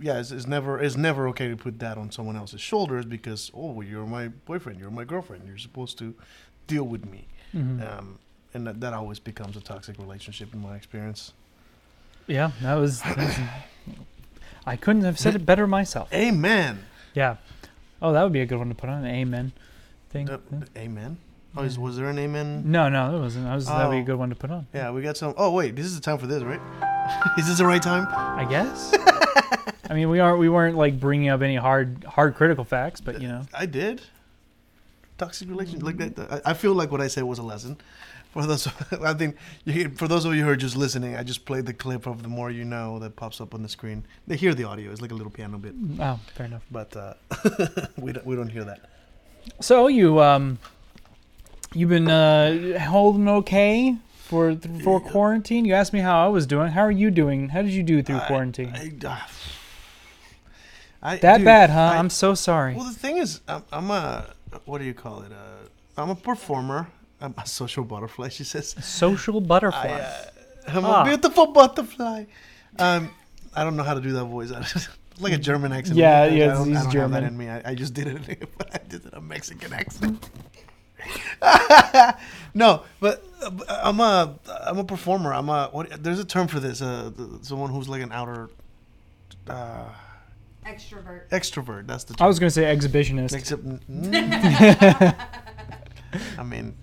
yeah, it's, it's never it's never okay to put that on someone else's shoulders because oh, you're my boyfriend, you're my girlfriend, you're supposed to deal with me. Um, and that, that always becomes a toxic relationship in my experience.
yeah that was, that was i couldn't have said it better myself
Amen.
yeah oh that would be a good one to put on an amen thing
Uh, amen. Oh, is, was there an amen?
no no that wasn't that was that'd be a
Oh.
good one to put on
Yeah, we got some. Oh wait, this is the time for this, right? is this the right time?
I guess. I mean, we aren't we weren't like bringing up any hard hard critical facts, but you know,
I did. Toxic relationship like that. that- I I feel like what I said was a lesson. For those, I think you, for those of you who are just listening, I just played the clip of "The More You Know" that pops up on the screen. They hear the audio; it's like a little piano bit,
oh, fair enough.
but uh, we don't, we don't hear that.
So you um, you've been uh holding okay for for quarantine. You asked me how I was doing. How are you doing? How did you do through quarantine?
I, uh, I-
Mm-hmm. that
dude,
bad, huh?
I-
I, am so sorry.
Well, the thing is, I'm, I'm a what do you call it? Uh, I'm a performer. I'm a social butterfly. She says.
Social butterfly.
I'm
Ah.
a beautiful butterfly. Um, I don't know how to do that voice. It's like a German accent.
Yeah,
I don't-
yeah,
I don't,
he's
I don't Have
German.
that in me. I, I just did it. I did it a Mexican accent. no, but uh, I'm a I'm a performer. I'm a what? There's a term for this. Uh, th- someone who's like an outer uh,
Extrovert.
extrovert. That's the term.
I was gonna say exhibitionist.
Except, I mean,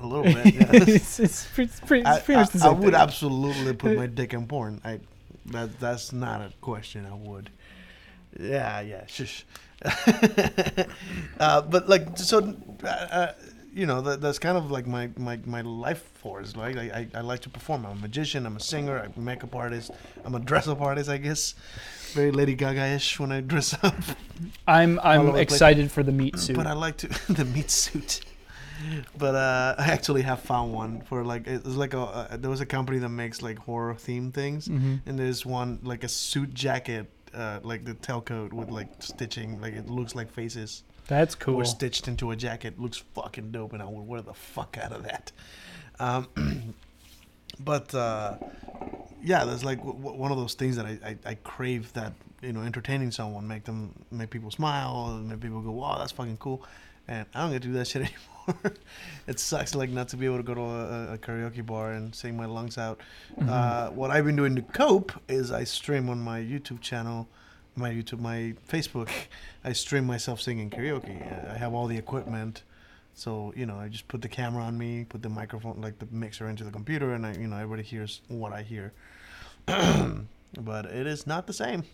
a little bit. Yeah.
it's, it's, pre- it's, pre-
I,
it's pretty much the
I-
same
I would
thing.
absolutely put my dick in porn. I that that's not a question. I would. Yeah, yeah, shush. uh, but like, so uh, uh, you know, that, that's kind of like my my, my life force. Like, I, I I like to perform. I'm a magician. I'm a singer. I'm a makeup artist. I'm a dress up artist. I guess very Lady Gaga-ish when I dress up.
I'm
love
I'm
it, like-
excited for the meat suit.
But I like to the meat suit. But uh, I actually have found one for like it was like a uh, there was a company that makes like horror theme things, and there's one like a suit jacket, uh, like the tailcoat with like stitching, like it looks like faces
That's
were
cool.
stitched into a jacket. Looks fucking dope, and I would wear the fuck out of that. Um, but uh, yeah, that's like w- w- one of those things that I, I, I crave that you know entertaining someone, make them make people smile, make people go, wow, that's fucking cool. And I don't get to do that shit anymore. it sucks like not to be able to go to a, a karaoke bar and sing my lungs out. Uh, what I've been doing to cope is I stream on my YouTube channel, my YouTube, my Facebook. I stream myself singing karaoke. Uh, I have all the equipment. So you know, I just put the camera on me, put the microphone, like the mixer, into the computer, and I, you know, everybody hears what I hear. but it is not the same.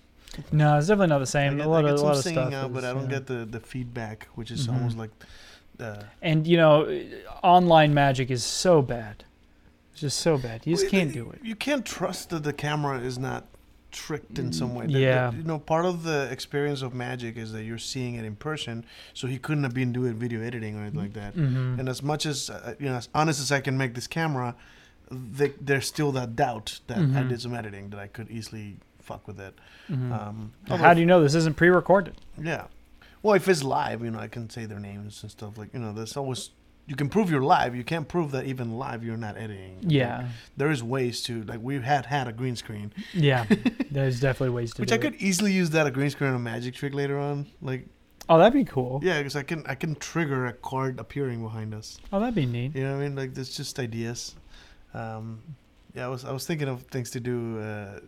No, it's definitely not the
I
same.
get,
a
I
lot
get
of a
some
lot of
singing
stuff,
out, but
is,
I don't
yeah. Mm-hmm.
get the, the feedback, which is almost like. Uh,
And you know, online magic is so bad. It's just so bad. You just can't do it.
You can't trust that the camera is not tricked in some way. That- that-
yeah.
you know, part of the experience of magic is that you're seeing it in person, so he couldn't have been doing video editing or anything like that.
Mm-hmm.
And as much as uh, you know, as honest as I can make this camera, they, there's still that doubt that
Mm-hmm.
I did some editing that I could easily fuck with it. Um,
How do you know this isn't pre-recorded?
yeah. Well, if it's live, you know, I can say their names and stuff. Like, you know, there's always. You can prove you're live. You can't prove that even live you're not editing. Like,
Yeah.
there is ways to. Like, we had had a green screen,
Yeah, there's definitely ways to
which
do
I could
it.
easily use that a green screen on a magic trick later on. Like,
Oh, that'd be cool.
yeah, because I can I can trigger a card appearing behind us.
Oh, that'd be neat.
You know what I mean? Like, there's just ideas. Um, yeah, I was I was thinking of things to do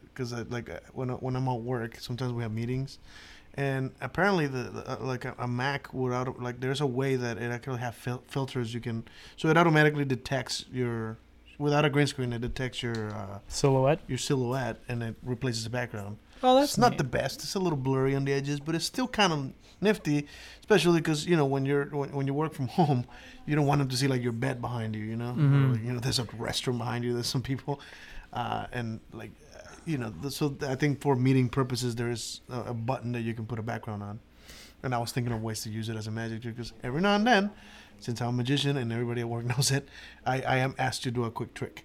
because I, like uh, when I- when I'm at work, sometimes we have meetings, and apparently the, the uh, like a, a Mac would auto like there's a way that it actually have fil- filters you can so it automatically detects your without a green screen it detects your uh,
Silhouette.
your silhouette and it replaces the background.
Oh, that's
It's not
neat.
the best. It's a little blurry on the edges, but it's still kind of nifty, especially because you know when you're when, when you work from home, you don't want them to see like your bed behind you. You know, Or, you know, there's a restroom behind you. There's some people, uh, and like, uh, you know, th- so I think for meeting purposes, there is a, a button that you can put a background on. And I was thinking of ways to use it as a magic trick because every now and then, since I'm a magician and everybody at work knows it, I, I am asked to do a quick trick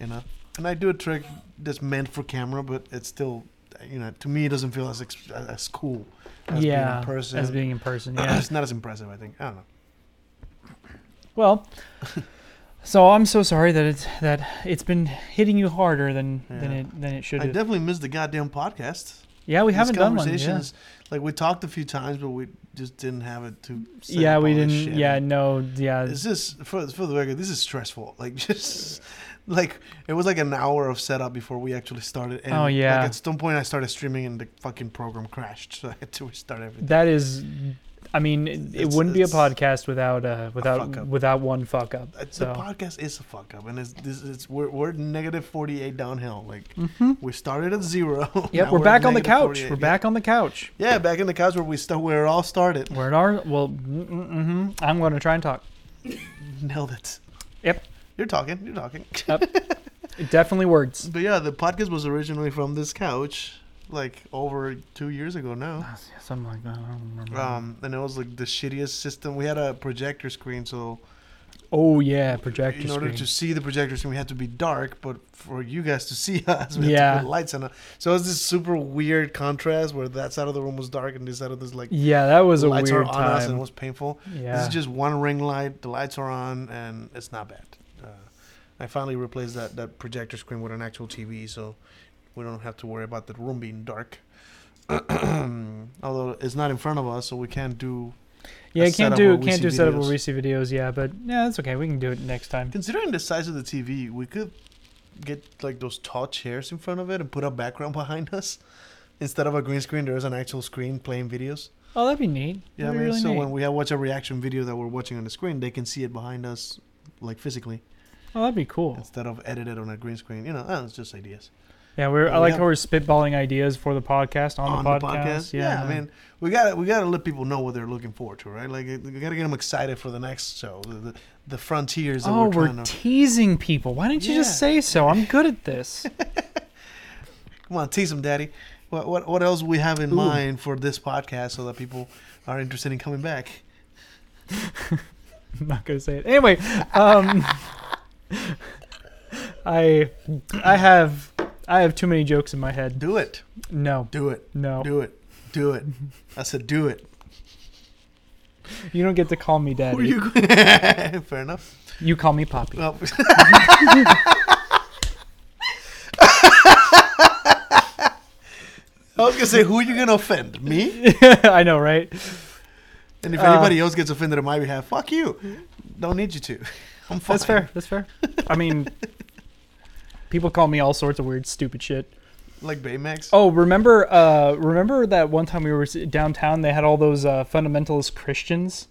you know. And I do a trick that's meant for camera, but it's still, you know, to me, it doesn't feel as ex- as cool as
yeah,
being in person.
as being in person. Yeah.
it's not as impressive, I think. I don't know.
well, so I'm so sorry that it's that it's been hitting you harder than than
Yeah.
it than it should.
I
have.
definitely missed the goddamn podcast.
yeah, we
These
haven't done one. Yeah.
conversations, like we talked a few times, but we just didn't have it to. set
yeah,
up
we
all this
didn't.
shit.
Yeah, no. Yeah,
This is for for the record. This is stressful. Like just like it was like an hour of setup before we actually started. And
Oh, yeah.
Like at some point, I started streaming and the fucking program crashed, so I had to restart everything.
that is. I mean, it, it
It's-
wouldn't be a
it's
podcast without uh
fuck
without
up.
without one fuck up.
It's- The
So
podcast is a fuck up, and it's this it's we're we're negative forty eight downhill. Like we started at zero.
Mm-hmm. yep,
now
we're
at
back on the
negative
couch.
48.
We're
Yeah.
back on the couch.
Yeah, back in the couch where we st- where it all started.
We're at our well. mm mm-hmm. I'm going to try and talk.
Nailed it.
Yep,
You're talking. You're talking.
definitely words.
but yeah, the podcast was originally from this couch, like over two years ago now.
Something like that. I don't remember.
Um, and it was like the shittiest system. We had a projector screen, so
oh yeah, projector
in order
screen.
to see the projector screen, we had to be dark, but for you guys to see us, we had
Yeah.
to put lights on. us. So it was this super weird contrast where that side of the room was dark and this side of this like
yeah, that was a
lights are
weird
on us and it
time.
was painful. This
Yeah.
is just one ring light. The lights are on and it's not bad. Uh, I finally replaced that that projector screen with an actual TV, so we don't have to worry about the room being dark. Although it's not in front of us, so we can't do
Yeah,
a
can't
setup
do
where we
can't
see
do setup where
videos.
we see videos. Yeah, but yeah, that's okay. We can do it next time.
Considering the size of the TV, we could get like those tall chairs in front of it and put a background behind us. Instead of a green screen, there is an actual screen playing videos.
Oh, that'd be neat.
Yeah, I
that'd
mean,
be really
so
neat.
when we watch a reaction video that we're watching on the screen, they can see it behind us, like physically,
oh, that'd be cool.
instead of edited on a green screen. You know, uh, it's just ideas
Yeah, we're. I
we
like
have-
how we're spitballing ideas for the podcast on, the, podcast.
Yeah, I mean, we got we got to let people know what they're looking forward to, right? Like, we got to get them excited for the next show, the the, the frontiers. That
oh,
we're,
we're,
trying to,
teasing people. Why didn't you just
Yeah.
say so? I'm good at this.
Come on, tease them, Daddy. What what what else we have in mind for this podcast so that people are interested in coming back?
I'm not gonna say it anyway. Um, I I have I have too many jokes in my head.
Do it.
No,
Do it.
No.
Do it. Do it. I said do it.
you don't get to call me daddy.
Were
You?
you Oh. Fair enough.
call me poppy.
Well, I was gonna say, who are you gonna offend? Me?
I know, right?
And if
Uh,
anybody else gets offended on my behalf, fuck you. Don't need you to. I'm fine.
That's fair. That's fair. I mean, people call me all sorts of weird, stupid shit.
Like Baymax.
Oh, remember? Uh, remember that one time we were s- downtown? They had all those uh, fundamentalist Christians.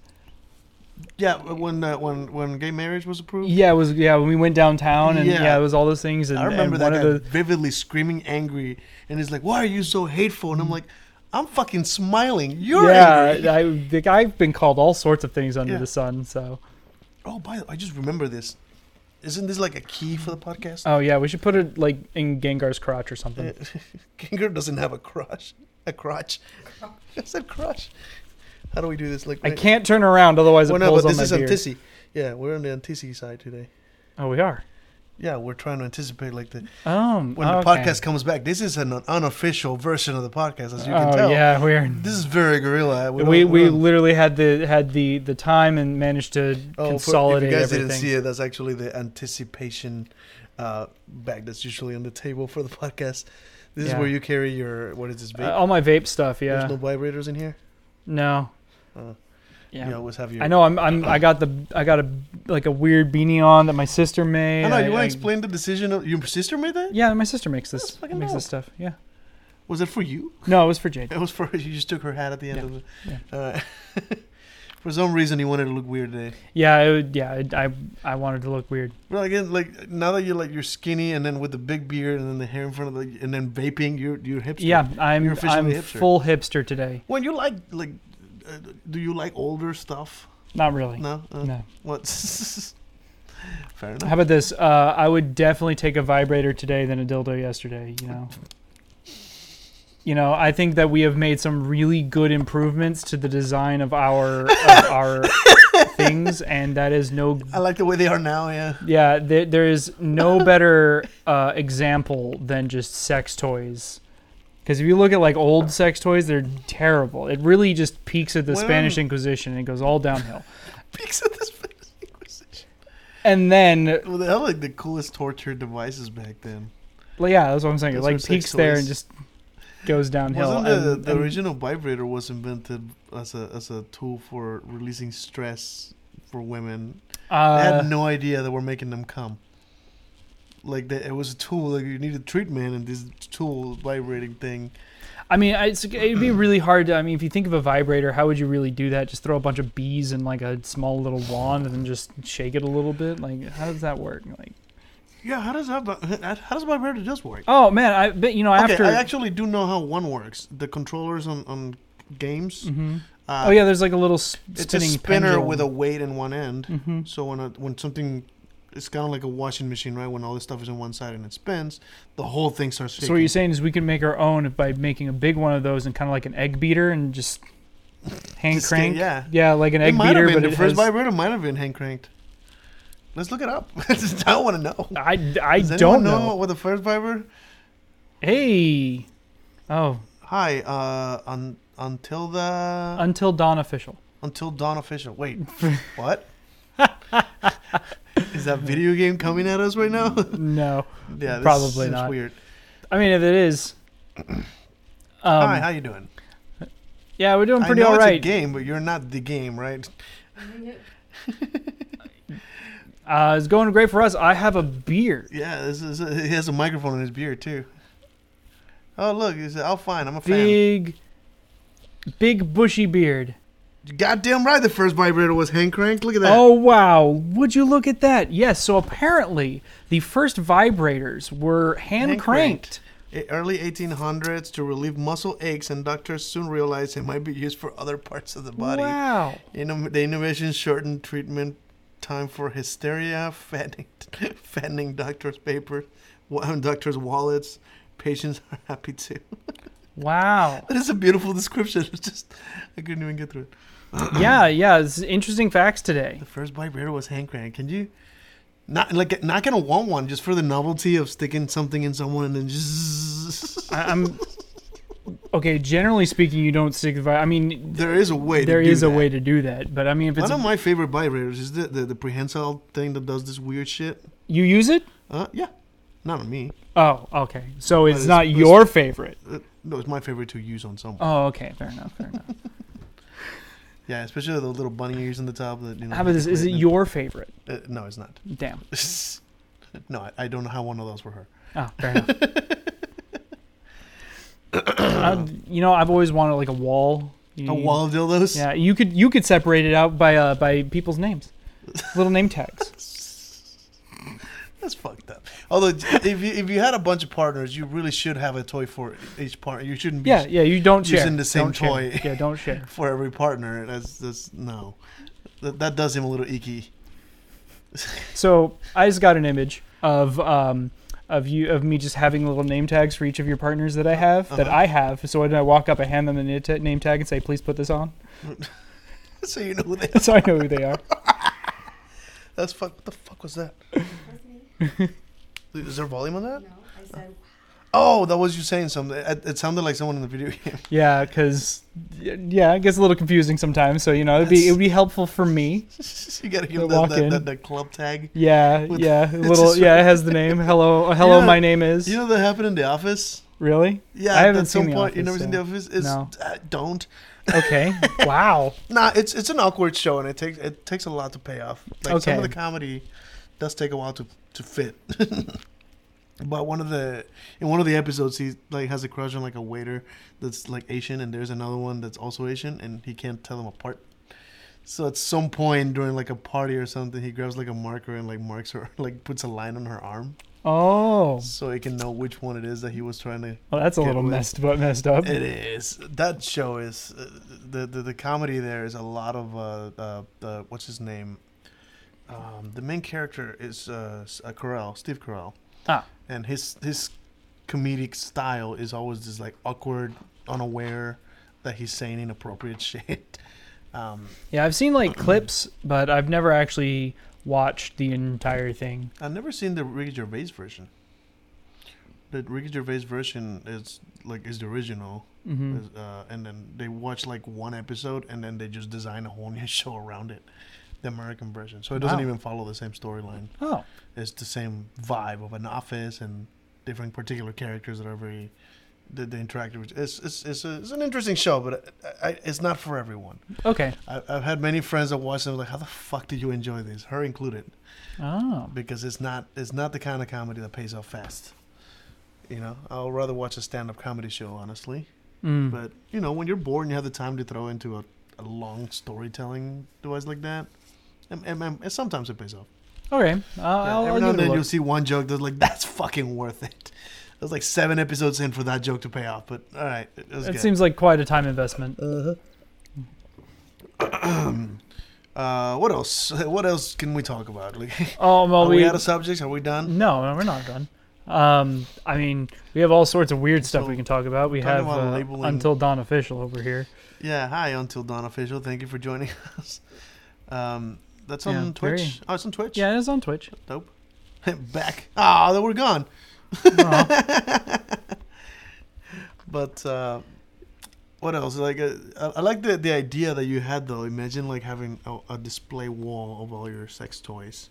Yeah, when uh, when when gay marriage was approved.
Yeah, it was. Yeah, when we went downtown, and
Yeah.
yeah, it was all those things. And
I remember
and
that
one
guy
of the,
vividly screaming angry, and he's like, "Why are you so hateful?" And I'm like, "I'm fucking smiling. You're angry."
yeah, I, the, I've been called all sorts of things under
Yeah.
the sun. So,
Oh, by the way, I just remember this. Isn't this like a key for the podcast?
oh yeah, we should put it like in Gengar's crotch or something.
Kinger doesn't have a crush. A crotch. I said crush. How do we do this? Like
I can't turn around, otherwise it
Well, no,
pulls
but
on
this
my
is
beard.
Antisi. Yeah, we're on the Antisi side today.
oh, we are.
Yeah, we're trying to anticipate like the
Um,
when the
okay.
podcast comes back. This is an unofficial version of the podcast, as you can
Oh
tell.
yeah, we're
This is very gorilla.
we
don't-
we
don't-
literally had the had the the time and managed to
Oh, for-
consolidate
if you guys
everything.
didn't see it, that's actually the anticipation uh, bag that's usually on the table for the podcast. This is
Yeah.
where you carry your what is this vape?
Uh, all my vape stuff, yeah.
There's no vibrators in here.
No.
Uh,
yeah.
You always have your.
I know. I'm. I'm. I got the. I got a like a weird beanie on that my sister made.
I know.
I-
You want
I-
to explain the decision? Of, your sister made that?
Yeah, my sister makes this.
fucking
Makes this
dope.
stuff. Yeah.
Was it for you?
No, it was for Jade.
It was for you. Just took her hat at the end of it. Uh, for some reason, you wanted to look weird today.
Yeah. It would, yeah. it- I. I wanted to look weird.
Well, again, like now that you're like you're skinny, and then with the big beard, and then the hair in front of the, and then vaping, you're you're hipster.
Yeah. I'm.
You're officially
I'm
a hipster.
full hipster today.
When you like like, uh, do you like older stuff?
Not really.
No. Uh,
No.
What? Fair enough.
How about this? Uh, I would definitely take a vibrator today than a dildo yesterday. You know. You know, I think that we have made some really good improvements to the design of our of our things, and that is no
I like the way they are now. Yeah.
Yeah, there, there is no better uh, example than just sex toys. Because if you look at like old sex toys, they're terrible. It really just peaks at the
Well- um,
Spanish Inquisition and it goes all downhill.
Peaks at this famous Inquisition.
And then,
Well, they had like the coolest torture devices back then.
like, yeah, that's what I'm saying. It
Those were
like
sex
peaks there and
toys.
just goes downhill.
Wasn't the,
and-
the
and-
original vibrator was invented as a as a tool for releasing stress for women? I
uh,
had no idea that we're making them come. Like that, it was a tool. Like you needed treatment, and this tool vibrating thing.
I mean, I- it's, it'd be really hard. To, I mean, if you think of a vibrator, how would you really do that? Just throw a bunch of bees in like a small little wand and then just shake it a little bit. Like, how does that work? Like,
Yeah, how does that? vi- How does vibrator just work?
oh man, I but you know
Okay,
after
I actually do know how one works. The controllers on on games. Uh,
Oh yeah, there's like a little s-
it's a
spinning
spinner
pendulum. Mm-hmm.
with a weight in one end. So when a, when something, it's kind of like a washing machine, right? When all this stuff is on one side and it spins, the whole thing starts shaking.
So what you're saying is we can make our own by making a big one of those and kind of like an egg beater and just hand
Just get-
crank.
yeah.
yeah, like an
it
egg
might
beater,
have been
but
the
it
first
has,
vibrator might have been hand cranked. Let's look it up. I want to know.
I I
Does
don't
anyone
know.
what the first vibrator?
Hey, oh,
Hi, uh, un, until the
until dawn official.
until dawn official. Wait, what? is that video game coming at us right now?
No,
yeah, this
Probably
seems
not.
Weird.
I mean if it is,
Hi, how you doing?
yeah, we're doing
I
Um, pretty
know
all
it's a
right.
game, but you're not the game, right?
Uh, it's going great for us. I have a beer.
Yeah, this is uh, he has a microphone in his beard too. Oh look, he's oh fine, I'm a fan.
Big, big bushy beard.
Goddamn right, the first vibrator was hand cranked. Look at that.
Oh wow! Would you look at that? Yes. So apparently, the first vibrators were hand,
Hand
cranked.
cranked. I- Early 1800s to relieve muscle aches, and doctors soon realized it might be used for other parts of the body.
Wow!
Inno- the innovation shortened treatment time for hysteria, fattening, fattening doctors' paper, wa- doctors' wallets. Patients are happy too.
Wow!
That is a beautiful description. It's just I couldn't even get through it.
yeah, yeah. It's interesting facts today.
The first vibrator was hand crank. Can you? Not like not gonna want one just for the novelty of sticking something in someone and then just.
I- I'm okay. Generally speaking, you don't stick. The vi- I mean,
there is a way.
there
to do
is a
that.
way to do that, but I mean, if it's
One of my favorite vibrators is the, the the prehensile thing that does this weird shit.
you use it.
Uh, yeah, not on me.
Oh, okay. So it's
it's-
not
it's-
your favorite.
Uh, no, it's my favorite to use on someone.
Oh, okay. Fair enough. Fair enough.
Yeah, especially the little bunny ears on the top. That you know.
How about this? Is it your favorite?
Uh, no, it's not.
Damn.
no, I, I don't know how one of those were her.
Oh, fair enough. Uh, I, you know, I've always wanted like a wall
A wall of dildos?
Yeah, you could you could separate it out by uh, by people's names, little name tags.
That's fucked up. Although, if you, if you had a bunch of partners, you really should have a toy for each partner. You shouldn't be
Yeah, yeah. You don't share.
Using the same
Don't share.
toy.
Yeah, don't share.
for every partner. That's, that's no. That, that does him a little icky.
So I just got an image of um, of you of me just having little name tags for each of your partners that I have that
Uh-huh.
I have. So when I walk up, I hand them a na- ta- name tag and say, "Please put this on,"
So you know who they
so I know who they are.
That's fuck. What the fuck was that? Is there volume on that?
No, I said,
Oh, that was you saying something. It, it sounded like someone in the video game.
Yeah, because yeah, it gets a little confusing sometimes. So you know, it'd be it would be helpful for me.
you gotta give
They
them that,
walk
that,
in.
that, that club tag.
Yeah,
With-
yeah,
it's
little
just-
yeah. It has the name. Hello, hello.
know-
my name is.
You know that happened in The Office?
really?
Yeah,
I haven't
at some
seen The
point. you never
Office,
seen
so-
The Office? It's,
No.
uh, don't.
Okay. wow.
Nah, it's it's an awkward show, and it takes it takes a lot to pay off. Like some of
Okay.
the comedy does take a while to to fit. but one of the in one of the episodes, he like has a crush on like a waiter that's like Asian, and there's another one that's also Asian, and he can't tell them apart. So at some point during like a party or something, he grabs like a marker and like marks her, like puts a line on her arm,
Oh,
so he can know which one it is that he was trying to.
well, that's a
get
little
with.
messed but messed up.
It is. That show is uh, the, the the comedy. There is a lot of uh, uh, the what's his name, um, the main character is uh, S- uh, Carell, Steve Carell,
ah,
and his his comedic style is always this like awkward, unaware that he's saying inappropriate shit. Um,
yeah. I've seen like clips, but I've never actually watched the entire thing.
I've never seen the Ricky Gervais version. The Ricky Gervais version is like is the original, Is, uh, and then they watch like one episode, and then they just design a whole new show around it, the American version. So it doesn't
Wow.
even follow the same storyline.
Oh,
It's the same vibe of an office and different particular characters that are very that they interact with. It's it's it's, a, it's an interesting show, but uh, I, I, it's not for everyone.
okay.
I, I've had many friends that watch them like, how the fuck did you enjoy this? Her included
Oh,
because it's not it's not the kind of comedy that pays off fast. You know, I'll rather watch a stand-up comedy show, honestly.
Mm.
But you know, when you're bored and you have the time to throw into a, a long storytelling device like that, and, and, and sometimes it pays off.
okay. I'll, I'll,
Every
I'll
now and
give it a
then
look.
you'll see one joke that's like, "That's fucking worth it." It was like seven episodes in for that joke to pay off, but all right, it was
It
good.
seems like quite a time investment.
uh, what else? What else can we talk about? Like,
oh, well,
are we,
we
out of subjects? Are we done?
no, no, we're not done. Um, I mean, we have all sorts of weird stuff we can talk about. We
talking
have
about
uh,
labeling-
until dawn official over here.
Yeah, hi, Until Dawn Official. Thank you for joining us. Um, that's
Yeah,
on Twitch.
very-
Oh, it's on Twitch?
Yeah, it's on Twitch.
Dope. Back. Ah, they were gone. but uh, what else? Like, uh, I, I like the, the idea that you had, though. Imagine, like, having a, a display wall of all your sex toys.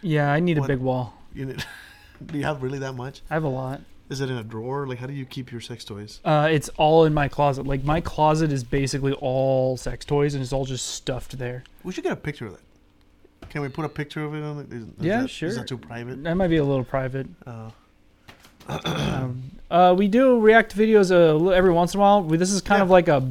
Yeah, I need a
What-
big wall.
You need, do you have really that much?
I have a lot.
Is it in a drawer? Like, how do you keep your sex toys?
Uh, it's all in my closet. Like my closet is basically all sex toys, and it's all just stuffed there.
We should get a picture of that. Can we put a picture of it on it? Is, is
Yeah,
that,
sure.
Is that too private?
That might be a little private.
Oh.
Um, uh, we do react to videos a li- every once in a while. We- This is kind
Yeah.
of like a,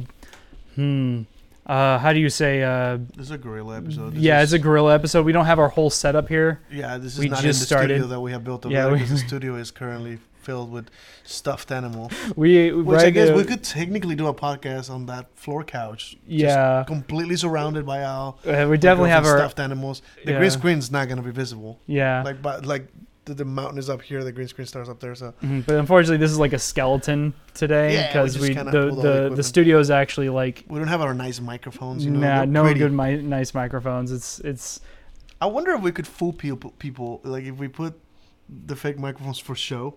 hmm, uh, how do you say? Uh,
This is a gorilla episode. This
yeah,
is,
it's a gorilla episode. We don't have our whole setup here.
yeah. This is
we
not in the
just started.
studio that we have built over
Yeah,
there
we-
'cause the studio is currently filled with stuffed animals.
We
Which
right
I guess
uh,
we could technically do a podcast on that floor couch. just
Yeah.
completely surrounded by all.
uh, we definitely have our
stuffed animals. The
yeah.
green screen's not gonna be visible.
yeah.
Like, but like the, the mountain is up here. The green screen starts up there. So
Mhm, But unfortunately, this is like a skeleton today
Yeah, we
because
just
we,
kinda
the
pulled all the
the, the
equipment.
studio is actually like
we don't have our nice microphones. You know,
nah,
they're
no
pretty.
good mi- nice microphones. It's it's
I wonder if we could fool people. People like if we put the fake microphones for show.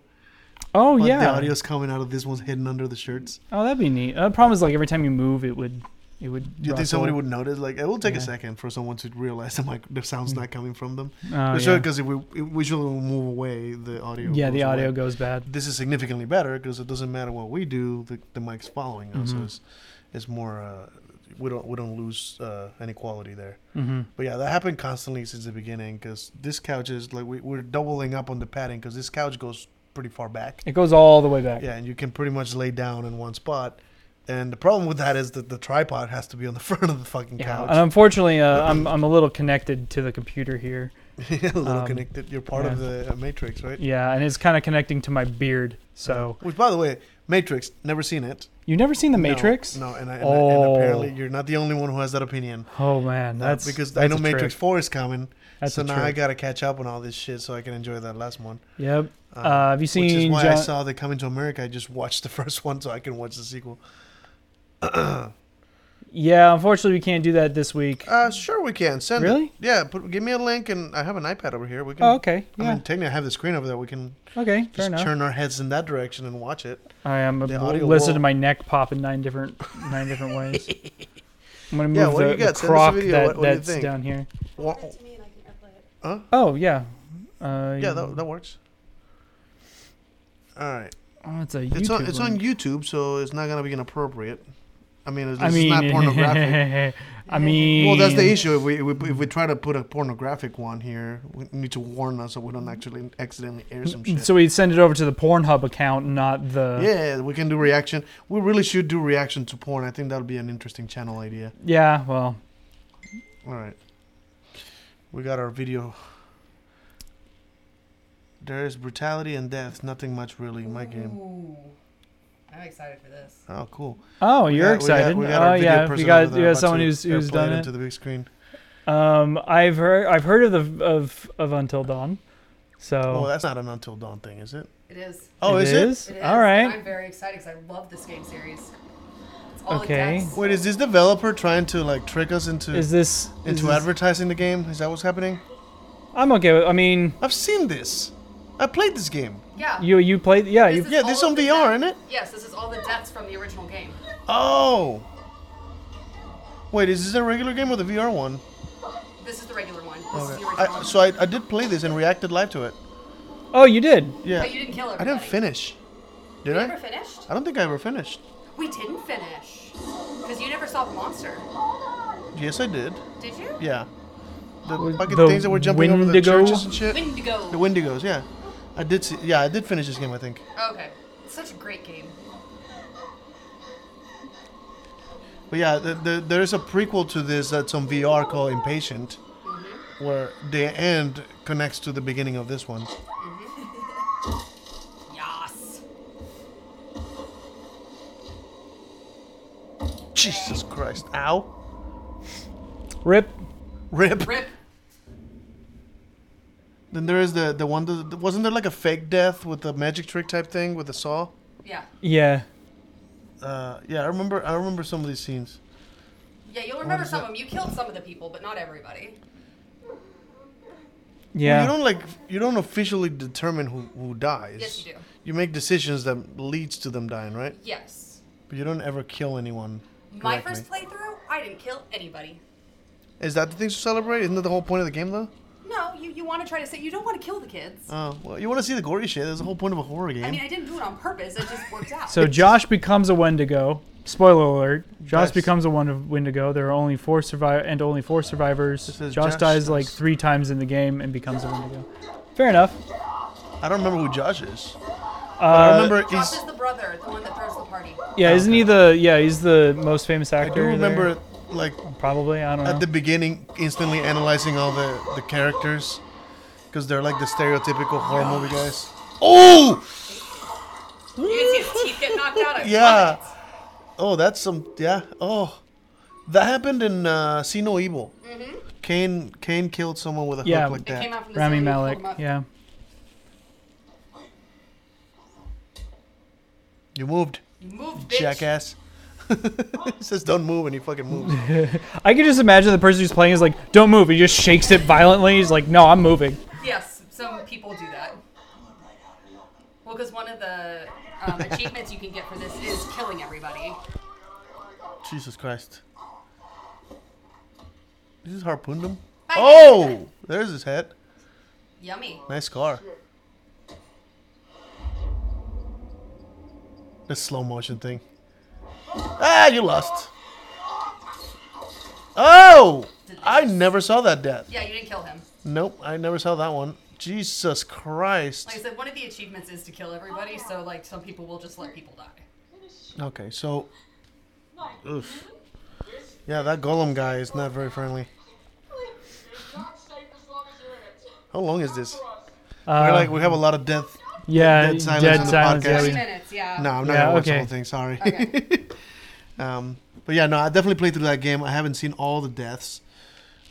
oh
but
yeah.
the audio's coming out of this one's hidden under the shirts.
Oh, that'd be neat. Uh, the problem is like every time you move, it would it would.
Do you think
rustle.
somebody would notice? Like, it will take a
Yeah. Hmm.
second for someone to realize the mic- the sound's not coming from them.
Oh,
Sure,
yeah.
because if we if we usually will move away, the audio.
Yeah, the
goes
audio
away.
goes bad.
This is significantly better because it doesn't matter what we do; the, the mic's following
Mm-hmm.
us. So it's, it's more. Uh, we don't we don't lose uh, any quality there. Mm-hmm. But yeah, that happened constantly since the beginning because this couch is like we, we're doubling up on the padding because this couch goes pretty far back.
It goes all the way back.
Yeah, and you can pretty much lay down in one spot, And the problem with that is that the tripod has to be on the front of the fucking couch.
And unfortunately, uh, I'm I'm a little connected to the computer here.
a little connected. You're part of the uh, Matrix, right?
um, Yeah, and it's kind of connecting to my beard. So
Which, by the way, Matrix. Never seen it.
you never seen the
No,
Matrix?
No, and, I, and, I- and
Oh.
apparently you're not the only one who has that opinion.
Oh man, that's
Uh, because I
that's
know
a
Matrix
trick.
Four is coming.
That's
so
a
now I
trick.
gotta catch up on all this shit so I can enjoy that last one.
Yep. uh, have you seen?
Which is why I
John-
saw the Coming to America. I just watched the first one so I can watch the sequel.
Yeah, unfortunately, we can't do that this week.
Uh, sure we can send. it.
Really?
Yeah. Put, give me a link, and I have an iPad over here. We can.
oh, okay.
I
Yeah.
mean, technically, I have the screen over there. We can
okay. Fair
just
enough.
turn our heads in that direction and watch it.
I am.
the
Listen
audio
to
wall.
my neck pop in nine different nine different ways. I'm gonna move
Yeah, what do
the,
you
the
got? Send us a
croc
video.
that,
What- what do you
that's
think?
down here.
Wa-
to me and I can upload it.
Oh yeah. Uh,
yeah, that, that works. All right.
oh, it's a YouTube.
It's on, it's on
link.
YouTube, so it's not gonna be inappropriate. I mean, it's,
I
it's
mean,
not pornographic.
I mean,
Well, that's the issue. If we, if we if we try to put a pornographic one here, we need to warn us so we don't actually accidentally air some shit.
Mm, So uh, we send it over to the Pornhub account, not the.
yeah, we can do reaction. We really should do reaction to porn. I think that would be an interesting channel idea.
Yeah, well,
All right, we got our video. There is brutality and death. Nothing much really in my game.
Ooh. I'm excited for this.
Oh, cool.
oh,
We
you're
got- we got-
excited.
we got our
oh
video
yeah, we
person over
got
there
you got
about
someone
to
who's who's
airplane
done
onto
it.
the big screen.
Um, I've heard I've heard of the of of Until Dawn,
Oh,
so
that's not an Until Dawn thing, is it?
It is.
Oh,
it
is it?
is?
It is.
all right.
I'm very excited because I love this game series. It's all
Okay.
in depth.
Wait, is this developer trying to like trick us into
Is this is
into
this-
advertising the game? Is that what's happening?
I'm okay with. I mean,
I've seen this. I played this game.
Yeah.
you you played. Yeah, you,
This is
yeah, this
all
on
the
VR,
deaths-
isn't it?
Yes, this is all the deaths from the original game.
Oh. Wait, is this a regular game or the VR one?
This is the regular one. This is
Okay.
the original
I,
one.
so I, I did play this and reacted live to it.
oh, you did.
Yeah.
But you didn't kill
I
everybody.
didn't finish. Did
You
I?
never finished?
I don't think I ever finished.
We didn't finish. Because you never saw the monster.
Yes, I did.
Did you?
Yeah. The fucking
the
things that were jumping over the
Wendigo?
churches and shit.
Windigo.
The Wendigos, yeah. I did see. Yeah, I did finish this game. I think.
Oh, okay. Such a great game.
But yeah, the, the, there is a prequel to this that's on VR called Impatient,
Mm-hmm.
where the end connects to the beginning of this one.
Yas.
Jesus Christ! Ow!
Rip.
Rip.
Rip.
Then there is the the one that wasn't there like a fake death with the magic trick type thing with the saw.
Yeah.
Yeah.
Uh, yeah, I remember. I remember some of these scenes.
Yeah, you'll remember some of them. You killed some of the people, but not everybody.
Yeah.
You don't like you don't officially determine who who dies.
Yes, you do.
You make decisions that leads to them dying, right?
Yes.
But you don't ever kill anyone.
My
directly.
first playthrough, I didn't kill anybody.
Is that the thing to celebrate? Isn't that the whole point of the game, though?
No, you, you want to try to say you don't want to kill the kids.
Oh, well, you want to see the gory shit? That's the whole point of a horror game.
I mean, I didn't do it on purpose. It just worked out.
So Josh becomes a Wendigo. Spoiler alert: Josh
Yes.
becomes a Wend- Wendigo. There are only four survive and only four survivors.
is
Josh,
Josh
dies
dies.
like three times in the game and becomes a Wendigo. Fair enough.
I don't remember who Josh is. But
Uh,
I remember
Josh
he's.
is the brother, the one that throws the party.
Yeah, isn't he the? Yeah, he's the most famous
I
actor.
do remember,
there. Uh-huh.
like
Probably. I don't know.
at the beginning, instantly analyzing all the the characters, because they're like the stereotypical horror movie guys. Oh,
You can see his teeth get knocked out. I
Yeah.
love it.
oh, that's some. Yeah. Oh, that happened in uh, See No Evil. Kane Kane killed someone with a
Yeah.
hook like
It Mm-hmm. came
that.
out from the
Rami
ceiling, pulled
Malek.
him up.
Yeah.
You moved,
You moved, bitch.
jackass. He says don't move, and he fucking moves.
I can just imagine the person who's playing is like, "Don't move." He just shakes it violently. He's like, "No, I'm moving."
Yes, some people do that. Well, because one of the um, achievements you can get for this is killing everybody.
Jesus Christ. This is Harpundum.
Bye.
Oh, there's his head.
Yummy.
Nice car. The slow motion thing. Ah, you lost. Oh, I never saw that death.
Yeah, you didn't kill him.
Nope, I never saw that one. Jesus
Like I
Christ.
said, one of the achievements is to kill everybody, so like some people will just let people die.
Okay, so Oof. Yeah, that golem guy is not very friendly. How long is this? We're like we have a lot of death.
Uh, yeah,
Dead
dead
silence
silence.
on the podcast.
yeah,
Three
we-
minutes, yeah.
No, I'm not
Yeah,
gonna watch the
okay.
whole thing. Sorry. um, but yeah, no, I definitely played through that game. I haven't seen all the deaths,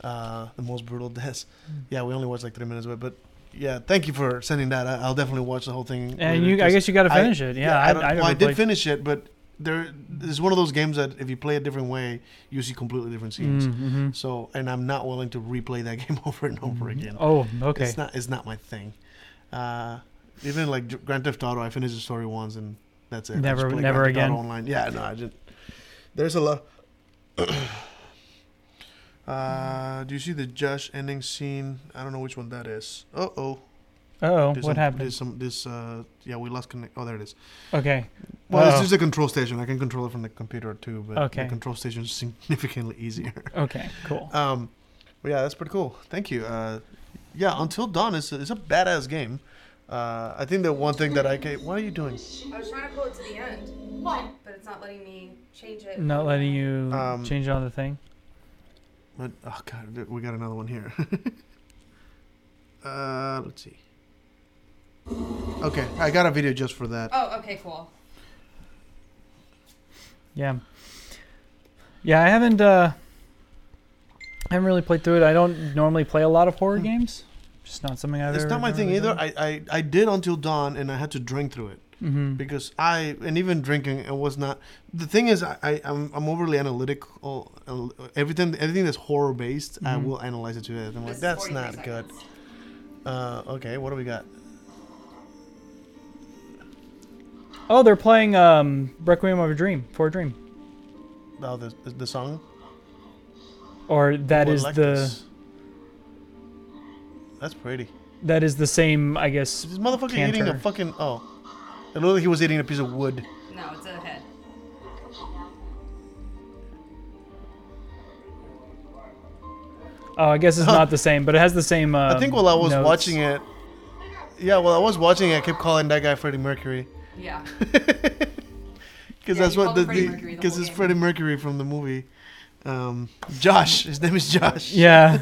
uh, the most brutal deaths.
Mm.
Yeah, we only watched like three minutes of it, but yeah, thank you for sending that. I, I'll definitely watch the whole thing. later,
And you, I
'cause
guess you got to
I-
finish it. Yeah, I,
don't-
I,
well, I
never
did
played-
finish it, but there this is one of those games that if you play a different way, you see completely different scenes.
Mm, mm-hmm.
So, and I'm not willing to replay that game over and over again.
Oh, okay.
It's not it's not my thing. Uh, even like Dr- Grand Theft Auto, I finished the story once and that's it. I just
Never-
play
never
Grand Theft Auto
again?
Online, yeah, no, I didn't. There's a lot. uh, do you see the Josh ending scene? I don't know which one that is. Uh oh.
Oh,
There's
what
some-
happened?
There's some. This. Uh, yeah, we lost connect. Oh, there it is.
Okay.
Well, it's
Oh,
just a control station. I can control it from the computer too, but
Okay.
the control station is significantly easier.
okay. Cool.
Um, but yeah, that's pretty cool. Thank you. Uh, yeah, Until Dawn is is a badass game. Uh, I think the one thing that I can. What are you doing?
I was trying to pull it to the end. What? But it's not letting me change it.
Not letting you
Um,
change on the thing.
What, oh god, th- we got another one here. uh, let's see. Okay, I got a video just for that.
Oh, okay, cool.
Yeah. Yeah, I haven't. Uh, I haven't really played through it. I don't normally play a lot of horror games. Just not something I've
It's
ever.
not my thing
really
either.
done.
I, I, I did Until Dawn and I had to drink through it.
Mm-hmm.
Because I, and even drinking, it was not. The thing is, I, I, I'm, I'm overly analytical. al- Everything everything that's horror based, I
Mm-hmm.
will analyze it to it. I'm
This
like,
is
that's
43
not
seconds.
good. Uh, okay, what do we got?
Oh, they're playing um, Requiem of a Dream for a Dream,
Oh, the, the song?
or that
Ooh, I
is
like
the
this. That's pretty.
that is the same. I guess.
This motherfucker eating a
Cantor.
fucking. Oh. It looked like he was eating a piece of wood.
No, it's a head.
Oh, I guess it's not the same, but it has the same. Um,
I think while I was watching it, yeah, while I was watching it, I kept calling that guy Freddie Mercury
Yeah.
because
Yeah,
that's
you
what
called
the
him Freddie Mercury the
because
whole
it's
game.
Freddie Mercury from the movie. Um, Josh, his name is Josh.
Yeah.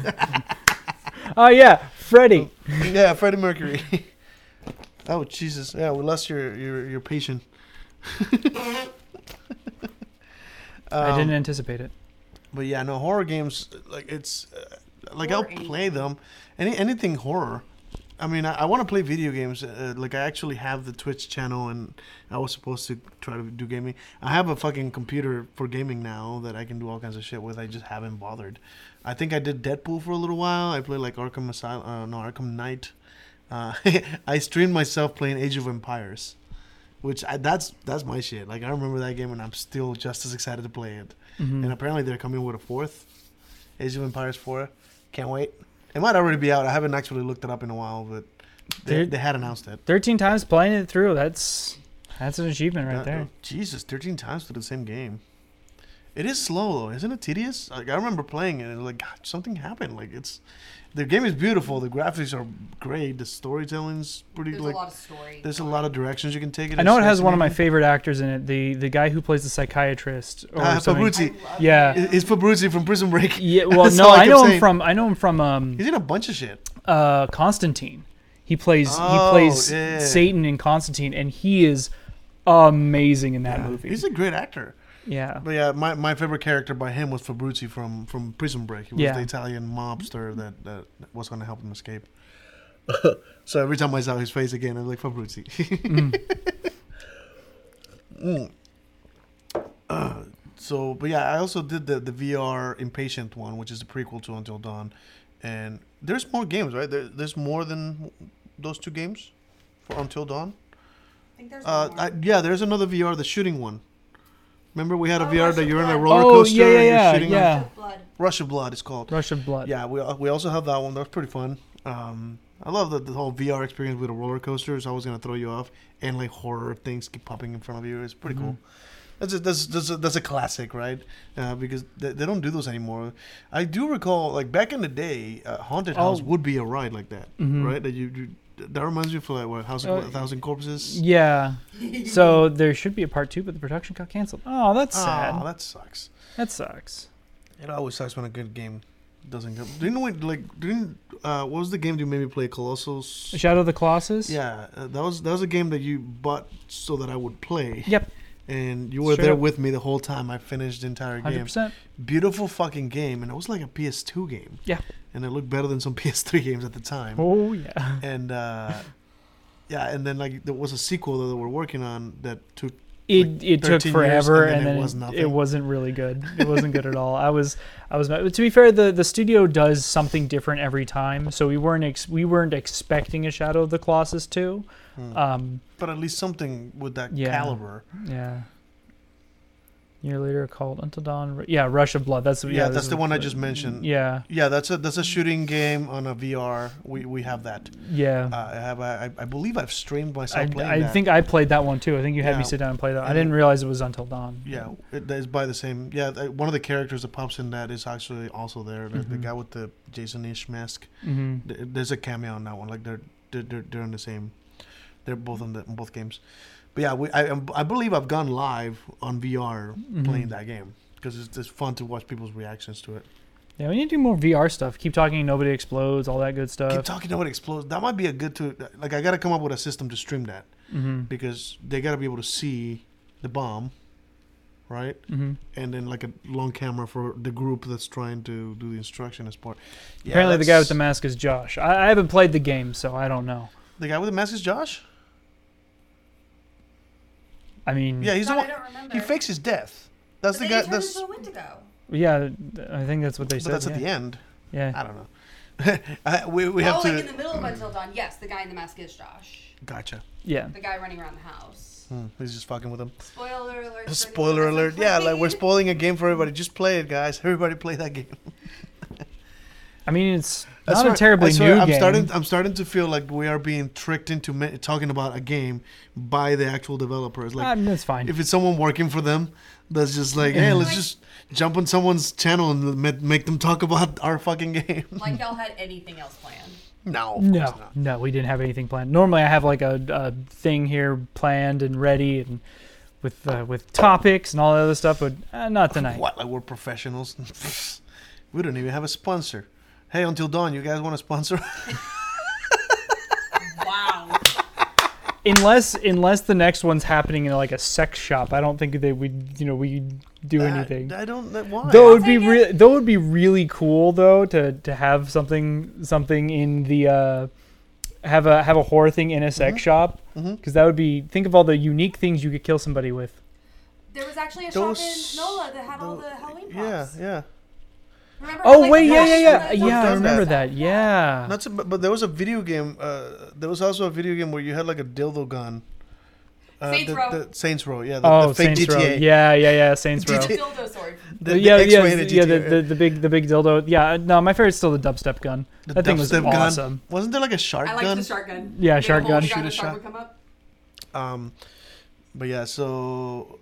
oh yeah, Freddy.
yeah, Freddie Mercury. oh Jesus! Yeah, we lost your your your patient. Um,
I didn't anticipate it.
But yeah, no horror games like it's uh, like I'll
Or
play them. Any anything horror. I mean, I, I want to play video games. Uh, like I actually have the Twitch channel, and I was supposed to try to do gaming. I have a fucking computer for gaming now that I can do all kinds of shit with. I just haven't bothered. I think I did Deadpool for a little while. I played like Arkham Asylum, uh, no Arkham Knight. Uh, I streamed myself playing Age of Empires, which I, that's that's my shit. Like I remember that game, and I'm still just as excited to play it.
Mm-hmm.
And apparently they're coming with a fourth, Age of Empires four. Can't wait. It might already be out. I haven't actually looked it up in a while, but they,
Dude.
they had announced it.
Thirteen times playing it through. That's that's an achievement right
Uh,
there.
Jesus, thirteen times for the same game. It is slow though, isn't it tedious? Like I remember playing it, and it was like God, something happened. Like it's, the game is beautiful. The graphics are great. The storytelling's pretty
There's
like.
a lot of story.
There's a lot of directions you can take it.
I know it
It's
has one of my
fascinating.
favorite actors in it. The the guy who plays the psychiatrist or
Uh,
something.
Fabruzzi.
Yeah.
It's Fabruzzi from Prison Break.
Yeah. Well,
That's
no,
all
I,
kept
know him
saying.
from I know him from um
He's in a bunch of shit.
uh Constantine. He plays
Oh,
he plays
yeah.
Satan in Constantine, and he is amazing in that movie.
He's a great actor.
yeah.
But yeah, my, my favorite character by him was Fabruzzi from, from Prison Break. He was
Yeah.
the Italian mobster that, that was going to help him escape. so every time I saw his face again, I was like, Fabruzzi. Mm. Uh, so, but yeah, I also did the, the VR Impatient one, which is the prequel to Until Dawn. And there's more games, right? There, there's more than those two games for Until Dawn.
I think there's
Uh,
one more.
I, yeah, there's another VR, the shooting one. Remember, we had a
Oh,
VR
Rush
that
of
you're in a
Blood.
roller
Oh,
coaster
yeah, yeah,
and
yeah,
you're shooting. on-
yeah.
Blood.
Rush of Blood, it's called.
Rush of Blood.
Yeah, we we also have that one. That was pretty fun. Um, I love the, the whole VR experience with a roller coaster. It's always gonna throw you off, and like horror things keep popping in front of you. It's pretty
Mm-hmm.
cool. That's a, that's that's a, that's a classic, right? Uh, because they, they don't do those anymore.
Oh. Mm-hmm.
I do recall, like back in the day, uh, haunted house would be a ride like that, right? That you, you that reminds me of like what, House of
Uh,
a Thousand Corpses.
Yeah. So there should be a part two, but the production got canceled. Oh, that's sad.
Oh, that sucks.
that sucks.
It always sucks when a good game doesn't go. Didn't we like? Didn't uh, what was the game you made me play? Colossus.
Shadow of the Colossus.
Yeah, uh, that was that was a game that you bought so that I would play.
Yep.
And you were
Straight
there
up.
with me the whole time. I finished the entire game.
100%.
Beautiful fucking game, and it was like a PS2 game.
Yeah.
And it looked better than some PS3 games at the time.
Oh yeah.
And uh, yeah, and then like there was a sequel that they were working on that took.
It it took
13 years,
forever,
and then
and
it
then,
was
it,
nothing.
it wasn't really good. It wasn't good at all. I was I was not. To be fair, the the studio does something different every time, so we weren't ex- we weren't expecting a Shadow of the Colossus two.
Hmm.
Um,
But at least something with that
Yeah.
caliber.
yeah. Year later, called Until Dawn. Yeah, Rush of Blood. That's
Yeah,
this
that's the
is-
one I just mentioned.
Yeah,
Yeah, that's a that's a shooting game on a VR. We we have that.
yeah.
Uh, I have I, I believe I've streamed myself
I,
playing
I
that.
think I played that one too. I think you had
Yeah.
me sit down and play that. I
And-
didn't realize it was Until Dawn.
Yeah, it is by the same. Yeah, th- one of the characters that pops in that is actually also there. The,
Mm-hmm.
the guy with the Jason Ish mask.
hmm
Th- There's a cameo on that one. Like they're they're they're, they're in the same. They're both on the in both games. But yeah, we, I I believe I've gone live on VR
Mm-hmm.
playing that game because it's just fun to watch people's reactions to it.
Yeah, we need to do more VR stuff. Keep talking, nobody explodes, all that good
Keep
stuff.
talking about explodes. That might be a good to like. I gotta come up with a system to stream that
Mm-hmm.
because they gotta be able to see the bomb, right? Mm-hmm. And then like a long camera for the group that's trying to do the instruction as part. Yeah,
Apparently, the guy with the
that's-
mask is Josh. I, I haven't played the game, so I don't know.
the guy with the mask is Josh.
Mm-hmm. I mean,
Yeah,
yeah,
he's the
God, I
one.
don't remember.
He fakes his death. That's
But
the
then
guy.
he turned
That's
into a Wendigo.
I think that's what they
but
said.
that's
yeah.
at the end. I
Yeah,
don't know. I- we we
Oh,
have
like in the
to.
middle of Until Dawn. Yes, the guy in the mask is Josh.
Gotcha.
yeah.
The guy running around the house.
Hmm, He's just fucking with him.
Spoiler alert. for anyone
Spoiler
who
alert.
hasn't
Yeah, like we're
played.
spoiling a game for everybody. Just play it, guys. Everybody play that game.
I mean, it's
I
not
swear-
a terribly
I swear,
new
I'm
game.
starting. I'm starting to feel like we are being tricked into ma- talking about a game by the actual developers. Like,
I mean, it's Ah, fine.
if it's someone working for them, that's just like, hey, let's just jump on someone's channel and ma- make them talk about our fucking game.
Like y'all had anything else planned.
no, of
no,
course not.
no, we didn't have anything planned. Normally, I have like a, a thing here planned and ready, and with uh, with topics and all that other stuff, but uh, not tonight.
What? Like we're professionals? we don't even have a sponsor. Hey, until dawn, you guys want to sponsor?
Wow.
unless unless the next one's happening in like a sex shop, I don't think they would you know we do anything.
I, I don't. Why?
though it would be re- though it would be really cool though to to have something something in the uh, have a have a horror thing in a
Mm-hmm.
sex shop because that would be think of all the unique things you could kill somebody with.
There was actually a
Those-
shop in NOLA that had all the Halloween
yeah,
props.
yeah.
Remember,
Oh
like,
wait,
the
yeah, yeah,
Josh
yeah,
from the-
yeah. I
done
remember
that.
that. Yeah,
Not so, but, but there was a video game. Uh, there was also a video game where you had like a dildo gun. Uh,
Saints
the,
Row.
The Saints Row, yeah. The,
oh,
the fake
Saints
GTA.
Row. Yeah, yeah, yeah. Saints Row.
GTA.
Dildo sword.
The,
The-
the
yeah, yeah,
X-rated
yeah. The,
GTA.
the, the big, the big dildo. Yeah, no, my favorite's still the dubstep gun.
The
that thing was
dubstep gun.
awesome.
Wasn't there like a shark
I liked
gun?
the shark gun.
Yeah,
Big
shark
hole in
gun.
the ground, the
Shoot a
shark.
shark.
would come up.
Um, but yeah, so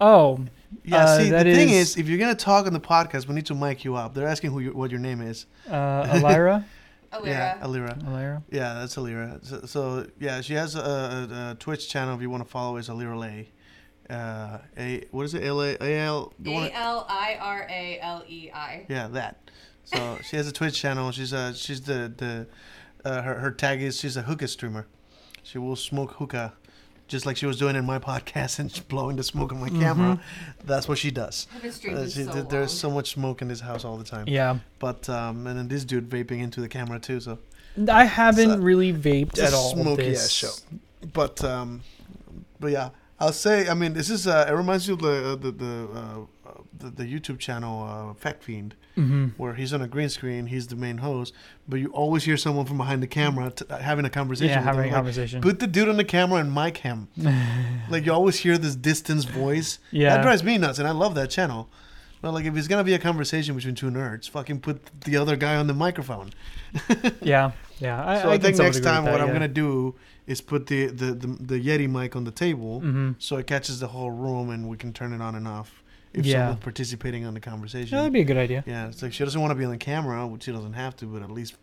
Oh,
yeah.
Uh,
see, the
that
thing
is-
is, if you're gonna talk on the podcast, we need to mic you up. They're asking who you, what your name is.
uh, Alira,
Alira.
Yeah, Alira.
Alira.
Yeah, that's Alira. So, so yeah, she has a, a, a Twitch channel. If you want to follow, is Alira Lay. Uh, a what is it? L A A L. the one-
A L I R A L E I.
Yeah, that. So she has a Twitch channel. She's uh she's the the uh, her her tag is she's a hookah streamer. She will smoke hookah, just like she was doing in my podcast and just blowing the smoke on my camera. That's what she does.
I've been streaming
Uh, she-
so
th- there's so
long.
much smoke in this house all the time.
Yeah,
But um and then this dude vaping into the camera too. So
I haven't
So-
really vaped
It's
at
a
all.
smoky
this.
ass show. But um, but yeah, I'll say. I mean, this is uh, it reminds you of the uh, the the, uh, uh, the the YouTube channel uh, Fact Fiend,
Mm-hmm.
where he's on a green screen, he's the main host, but you always hear someone from behind the camera t- uh, having a conversation.
Yeah,
with
having
him,
a
like,
conversation.
Put the dude on the camera and mic him. like you always hear this distance voice.
Yeah.
that drives me nuts, and I love that channel. But like, if it's gonna be a conversation between two nerds, fucking put the other guy on the microphone.
Yeah, yeah. I,
So I, think
can somewhat
next
agree with
time
that,
what I'm
yeah.
gonna do is put the the, the, the Yeti mic on the table
Mm-hmm.
so it catches the whole room and we can turn it on and off if
Yeah.
someone's participating on the conversation.
Yeah, that'd be a good idea.
yeah, it's like she doesn't want to be on the camera, which she doesn't have to, but at least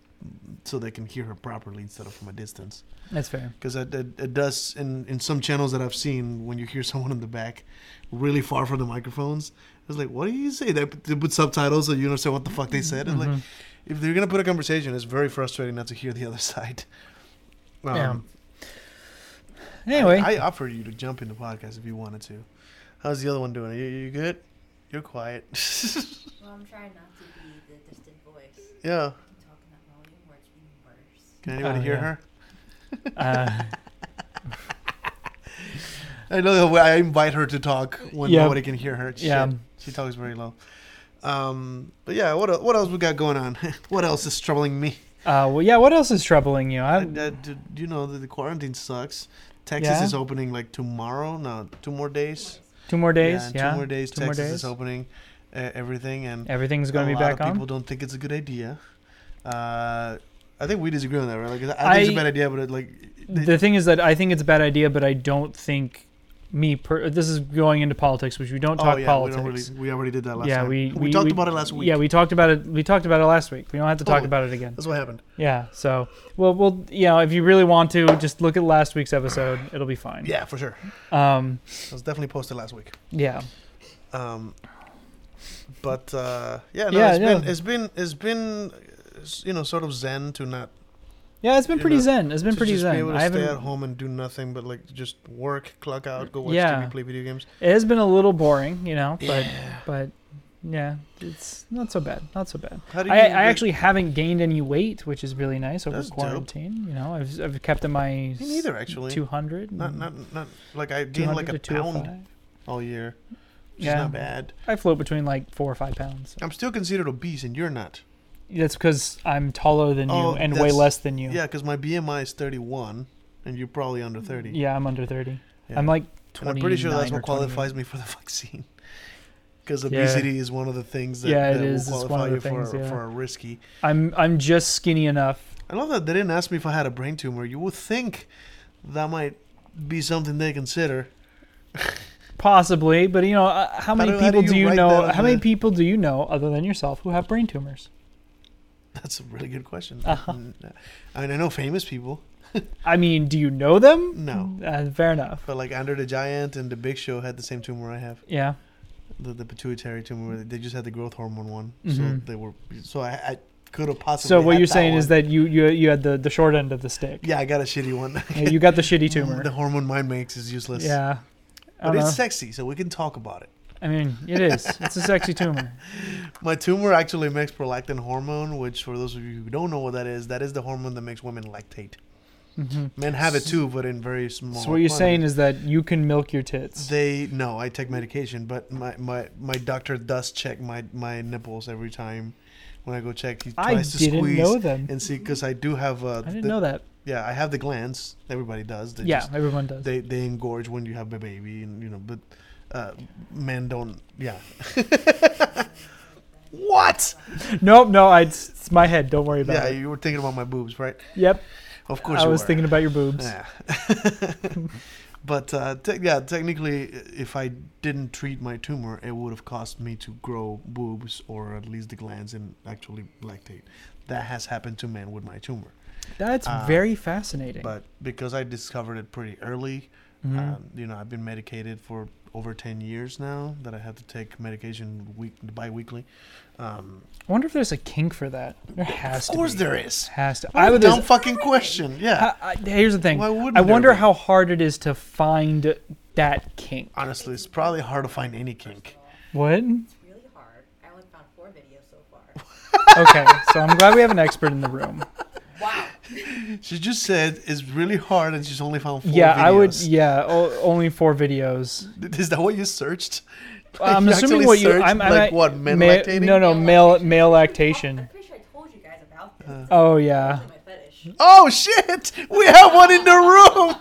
so they can hear her properly instead of from a distance.
That's fair.
Because it, it, it does in, in some channels that I've seen when you hear someone in the back, really far from the microphones. It's like, what do you say? They, put- they put subtitles so you understand what the fuck they said. It's like,
Mm-hmm.
if they're gonna put a conversation, it's very frustrating not to hear the other side. Um,
Anyway,
I offered you to jump in the podcast if you wanted to. How's the other one doing? You, you good? You're quiet.
Well, I'm trying not to be the distant voice.
yeah.
I'm talking that volume where it's even worse.
Can anybody
Oh,
hear
yeah.
her?
uh,
I know that way I invite her to talk when
Yeah.
nobody can hear her. Shit.
Yeah.
She talks very low. Um, but yeah, what el- what else we got going on? what else is troubling me? Uh,
uh, well, yeah. What else is troubling you?
I,
I,
I- d- you know, the, the quarantine sucks. Texas
Um, Yeah.
is opening like tomorrow. No, two more days.
two more days.
in
Yeah,
two more days. Texas is opening uh, everything, and
Everything's going
a
to be
lot
back
of
on.
people don't think it's a good idea. Uh, I think we disagree on that, right? Like, I think it's a
I-
bad idea, but it, like, they-
the thing is that I think it's a bad idea, but I don't think me. Per- this is going into politics, which we don't talk
oh yeah,
politics.
we don't really. We already did that last
yeah,
time.
we,
talked about it last week. Oh.
Yeah, we talked about it. We talked about it last week. We don't have to talk
Totally.
about it again.
That's what happened.
Yeah. So, well, well, you know, if you really want to, just look at last week's episode. It'll be fine.
Yeah, for sure.
Um.
It was definitely posted last week.
Yeah.
Um, but uh, yeah, no,
Yeah,
it's
no.
been it's been it's been uh, s- you know sort of zen to not
Yeah. It's been
You
pretty
know,
zen. It's been
to
pretty
just
zen.
be able to
I haven't.
stay at home and do nothing but like just work, clock out, go watch
Yeah.
TV, play video games.
It has been a little boring, you know, but but yeah, it's not so bad. Not so bad.
How do
I,
you,
I
like-
actually haven't gained any weight, which is really nice over
That's dope.
quarantine. You know, I've I've kept in my
Me neither, actually.
two hundred.
Not not not like I gained like a pound all year, which
oh Yeah.
is not bad.
I float between like four or five pounds.
I'm still considered obese, and you're not.
That's because I'm taller than you
Oh,
and way
that's-
less than you.
Yeah, because my BMI is 31, and you're probably under 30.
Yeah, I'm under thirty.
Yeah.
I'm like
And
twenty.
I'm pretty sure that's what qualifies me for the vaccine. Because
Yeah.
obesity is one of the things that,
Yeah, it
that
is. It's
will
one of
qualify
the
you
things,
for,
yeah.
for a risky.
I'm I'm just skinny enough.
I love that they didn't ask me if I had a brain tumor. You would think that might be something they consider.
Possibly, but you know, uh, how many
do- how do
people do
you
you
write
know?
that on
How many
the-
people do you know other than yourself who have brain tumors?
That's a really good question.
Uh-huh.
I mean, I know famous people.
I mean, do you know them?
No.
Uh, fair enough.
But like Andre the Giant and the Big Show had the same tumor I have.
Yeah.
The, the pituitary tumor.
Mm-hmm.
They just had the growth hormone one. So
Mhm.
they were. So I, I could have possibly.
So what
had
you're saying is
one.
that you you you had the the short end of the stick.
Yeah, I got a shitty one.
Yeah, you got the shitty tumor.
the hormone mine makes is useless.
yeah. I,
But
don't
it's
know.
sexy, so we can talk about it.
I mean, it is. It's a sexy tumor.
My tumor actually makes prolactin hormone, which, for those of you who don't know what that is, that is the hormone that makes women lactate. Men have it too, but in very small.
Mm-hmm. So what you're saying
quantities.
is that you can milk your tits.
they no, I take medication, but my, my, my doctor does check my, my nipples every time when I go check. He
I
tries to
didn't
squeeze
know them.
and see because I do have. Uh,
I didn't know that.
Yeah, I have the glands. Everybody does. They
Yeah,
just-
everyone does.
they they engorge when you have a baby, and you know, but uh, men don't. Yeah. what?
Nope, no, I, it's it's my head. Don't worry about
Yeah,
it.
you were thinking about my boobs, right?
yep,
Of course.
I
you
was
were.
thinking about your boobs.
Yeah. but uh, te- yeah, technically, i- if I didn't treat my tumor, it would have caused me to grow boobs or at least the glands and actually lactate. That has happened to men with my tumor.
That's very fascinating.
Uh, But because I discovered it pretty early,
Mm-hmm.
um, you know, I've been medicated for over 10 years now that I have to take medication week bi-weekly. Um,
I wonder if there's a kink for that. There has
of
to.
course
be.
there is.
Has to.
What
I
a
would.
dumb
there's-
fucking question. Yeah.
I, I, here's the thing.
Why wouldn't
I
there
wonder
be?
how hard it is to find that kink.
Honestly, it's probably hard to find any kink.
What?
It's really hard. I only found four videos so far.
Okay, so I'm glad we have an expert in the room.
Wow.
She just said it's really hard and she's only found four
yeah, I would.
videos.
Yeah, o- only four videos.
Is that what you searched?
I'm
You
assuming
actually
what you.
searched,
I'm, I'm
like
I-
what men
ma-
lactating?
No, no, male male
I'm
lactation.
pretty sure I told you guys about this. It's
Oh yeah.
my fetish.
Uh.
Oh shit! We have one in the room.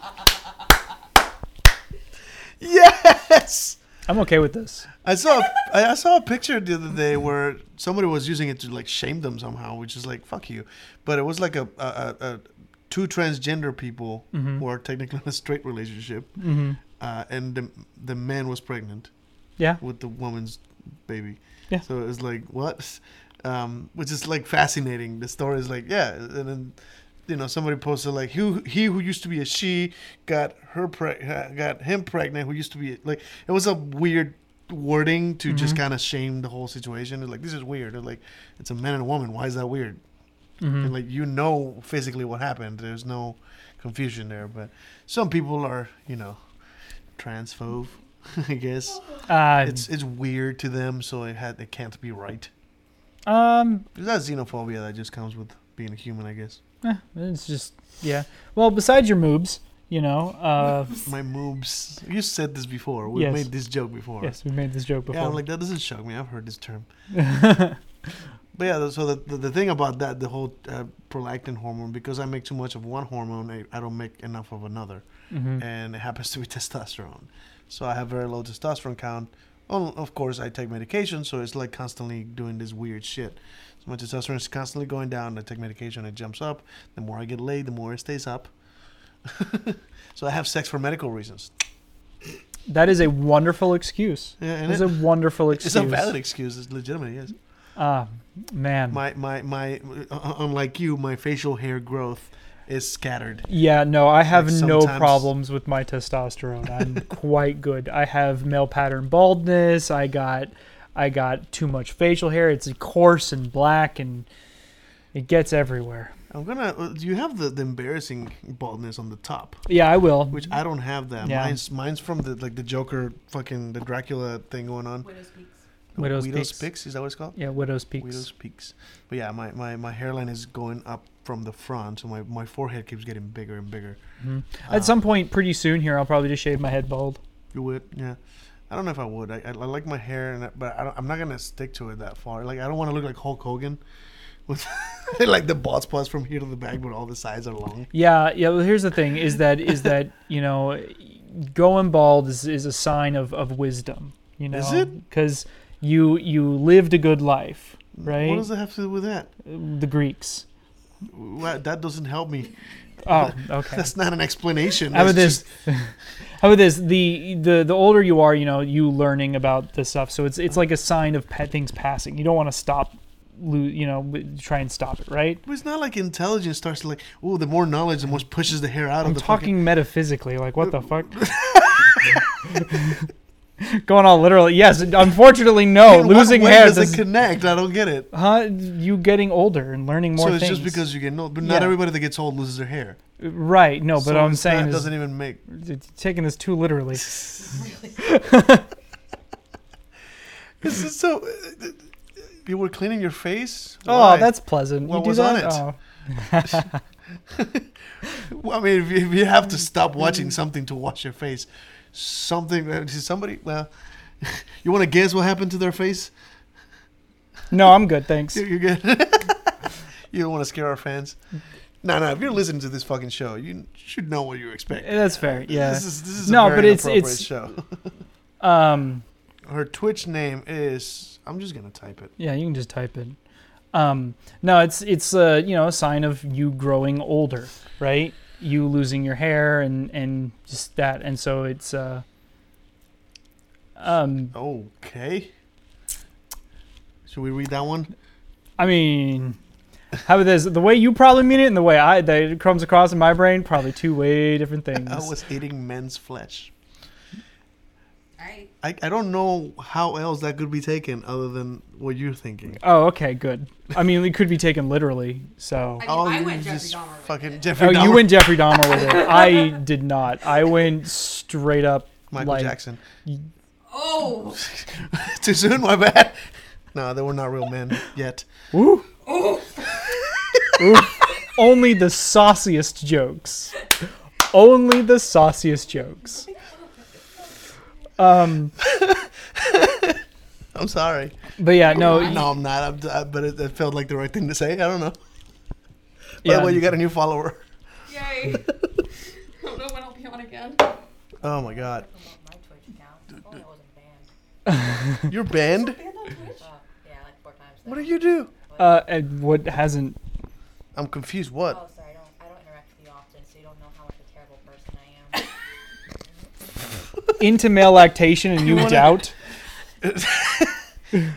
yes.
I'm okay with this.
I saw a- I I saw a picture the other day where somebody was using it to like shame them somehow, which is like fuck you. But it was like a, a, a, a two transgender people who are technically in a straight relationship, uh, and the the man was pregnant
Yeah.
with the woman's baby.
Yeah.
So it was like what? um, which is like fascinating. The story is like, yeah, and then you know somebody posted like, who he who used to be a she got her preg- ha- got him pregnant, who used to be a-" like it was a weird wording to
Mm-hmm.
just kind of shame the whole situation. They're like this is weird. They're like it's a man and a woman. Why is that weird?
Mm-hmm.
And like you know physically what happened. There's no confusion there. But some people are you know transphobe, I guess.
Uh,
It's it's weird to them, so it had it can't be right.
um,
Is that xenophobia that just comes with being a human, I guess?
eh, it's just yeah. Well, besides your moobs, you know. Uh,
My moobs. You said this before. We
Yes.
made this joke before.
yes, we made this joke before.
Yeah, I'm like that doesn't shock me. I've heard this term. but yeah, so the, the the thing about that, the whole uh, prolactin hormone, because I make too much of one hormone, I, I don't make enough of another,
Mm-hmm.
and it happens to be testosterone. So I have very low testosterone count. Oh, of course, I take medication, so it's like constantly doing this weird shit. So my testosterone is constantly going down. I take medication, it jumps up. The more I get laid, the more it stays up. so I have sex for medical reasons.
that is a wonderful excuse.
Yeah, and
it's
it-
a wonderful excuse.
It's a valid excuse. It's legitimate. Yes.
Ah, man.
my my my uh, unlike you my facial hair growth is scattered
Yeah, no, I have
Like,
no
sometimes-
problems with my testosterone. I'm quite good. I have male pattern baldness. I got, I got too much facial hair. It's coarse and black, and it gets everywhere.
i'm gonna uh, you have the, the embarrassing baldness on the top
Yeah, I will.
which i don't have that
Yeah.
mine's mine's from the like the joker fucking the dracula thing going on
Widow's peaks.
Widow's Peaks.
is that what it's called
Yeah, widow's peaks.
widow's peaks but yeah my, my my hairline is going up from the front so my, my forehead keeps getting bigger and bigger
Hmm.
ah.
At some point, pretty soon here, I'll probably just shave my head bald.
You would, yeah. I don't know if I would. I, I, I like my hair, and I, but I don't, I'm not gonna stick to it that far. Like I don't want to look like Hulk Hogan, with like the bald spots from here to the back, but all the sides are long.
Yeah, yeah. Well, here's the thing: is that is that you know, going bald is, is a sign of of wisdom. You know,
Is it?
Because you you lived a good life, right?
What does that have to do with that?
the Greeks.
Wha- that doesn't help me.
Oh, okay.
That's not an explanation.
How about
That's
this? How about this? The the the older you are, you know, you learning about this stuff. So it's it's like a sign of pet things passing. You don't want to stop, lo- you know, w- try and stop it, right?
Just, it's not like intelligence starts to like. Oh, the more knowledge, the more it pushes the hair out of
I'm
the
talking metaphysically, like what the
Uh,
fuck? Going all literal. Yes, unfortunately, no.
Fucking, In what
Losing
way
hair
does
does
it connect? I don't get it.
huh? You getting older and learning more
so it's
things.
just because you get no, but not
Yeah.
everybody that gets old loses their hair.
right? No, but
So
what I'm
it's not-
saying
it
is
doesn't even make.
you're taking this too literally.
This is so. You were cleaning your face.
Oh,
Why?
that's pleasant.
What
you do
was on
that?
it?
Oh.
Well, I mean, if you, if you have to stop watching something to wash your face, something. uh, Somebody. Well, you want to guess what happened to their face?
No, I'm good, thanks.
You, you get. you don't want to scare our fans. No, no. If you're listening to this fucking show, you should know what you expect.
Eh, That's fair. Uh, Yeah.
This is this is
No,
a very
but it's-
inappropriate
it's-
show.
um.
Her Twitch name is. I'm just gonna type it.
Yeah, you can just type it. Um. No, it's it's uh you know a sign of you growing older, right? You losing your hair and and just that, and so it's uh. Um.
Okay. Should we read that one?
I mean. How about this? The way you probably mean it and the way I that it comes across in my brain, probably two way different things.
I was eating men's flesh.
All right.
I, I don't know how else that could be taken other than what you're thinking.
oh, okay, good. I mean, it could be taken literally. So,
I mean,
Oh,
I
you
went Jeffrey
just
Dahmer. with
fucking
it.
Jeffrey
oh,
Dahmer,
you went Jeffrey Dahmer with it. I did not. I went straight up
Michael
like,
Jackson.
Oh,
Too soon, my bad. No, they were not real men yet.
Ooh. Ooh. Only the sauciest jokes. Only the sauciest jokes. Um,
I'm sorry.
But yeah, no, y-
No, I'm not. I'm, I, but it, it felt like the right thing to say. I don't know. By
yeah,
the way, you got a new follower.
yay. don't know when I'll be on again.
Oh my god,
My Twitch account. If only I wasn't banned.
you're banned.
Yeah, like four times.
What
Now.
do you do?
uh, and what hasn't?
I'm confused. What?
Oh, sorry. I don't. I don't interact with you often, so you don't know how much of a terrible person I am.
Into male lactation and you doubt?
I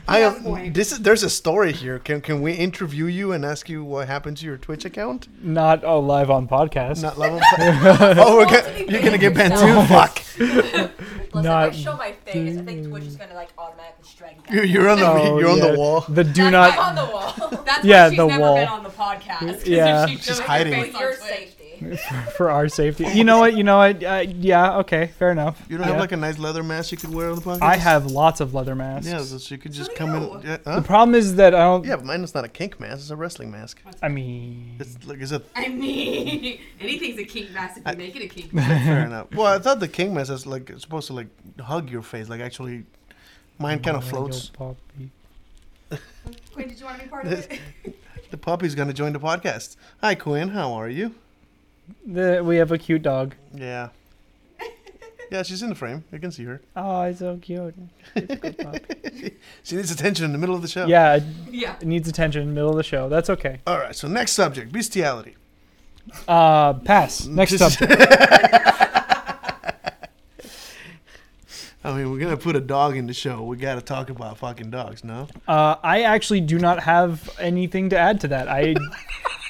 Yes,
have,
boy.
this is there's a story here. Can can we interview you and ask you what happened to your Twitch account?
Not oh, live on podcast.
Not level. oh, we're
to
gonna,
be
you're gonna get banned
No.
too. Fuck.
Plus,
Not
if I show my face, I think Twitch is gonna like automatically strike
You're,
that.
you're on the
Oh,
you're on
yeah.
the wall.
The do
That's
not.
on the wall. That's
Yeah,
why she's
the
never
wall.
been on the podcast. 'cause
Yeah.
if she
She's
showed her
hiding.
face
For
on
your
Twitch-
safety.
for our safety. You know what? You know what? Uh, yeah. Okay. Fair enough.
You don't
Yeah.
have like a nice leather mask you could wear on the podcast.
I have lots of leather masks.
Yeah, so you could just
do
come
you.
in. Yeah, huh?
The problem is that I don't.
yeah, but mine is not a kink mask. It's a wrestling mask.
I mean,
It's like is it
I mean, anything's a kink mask if you make it a kink mask.
fair enough? Well, I thought the kink mask is like it's supposed to like hug your face. Like actually, mine kind of floats.
Poppy.
Quinn, did you want to be part of it?
The puppy's gonna join the podcast. Hi, Quinn. How are you?
The, we have a cute dog.
Yeah. Yeah, she's in the frame. I can see her.
Oh, it's so cute. It's a good puppy.
She needs attention in the middle of the show.
yeah, it
Uh,
Yeah.
it needs attention. Middle of the show. That's okay.
All right. So next subject: bestiality.
Uh, pass. Next subject.
I mean, we're gonna put a dog in the show. We gotta talk about fucking dogs, no?
Uh, I actually do not have anything to add to that. I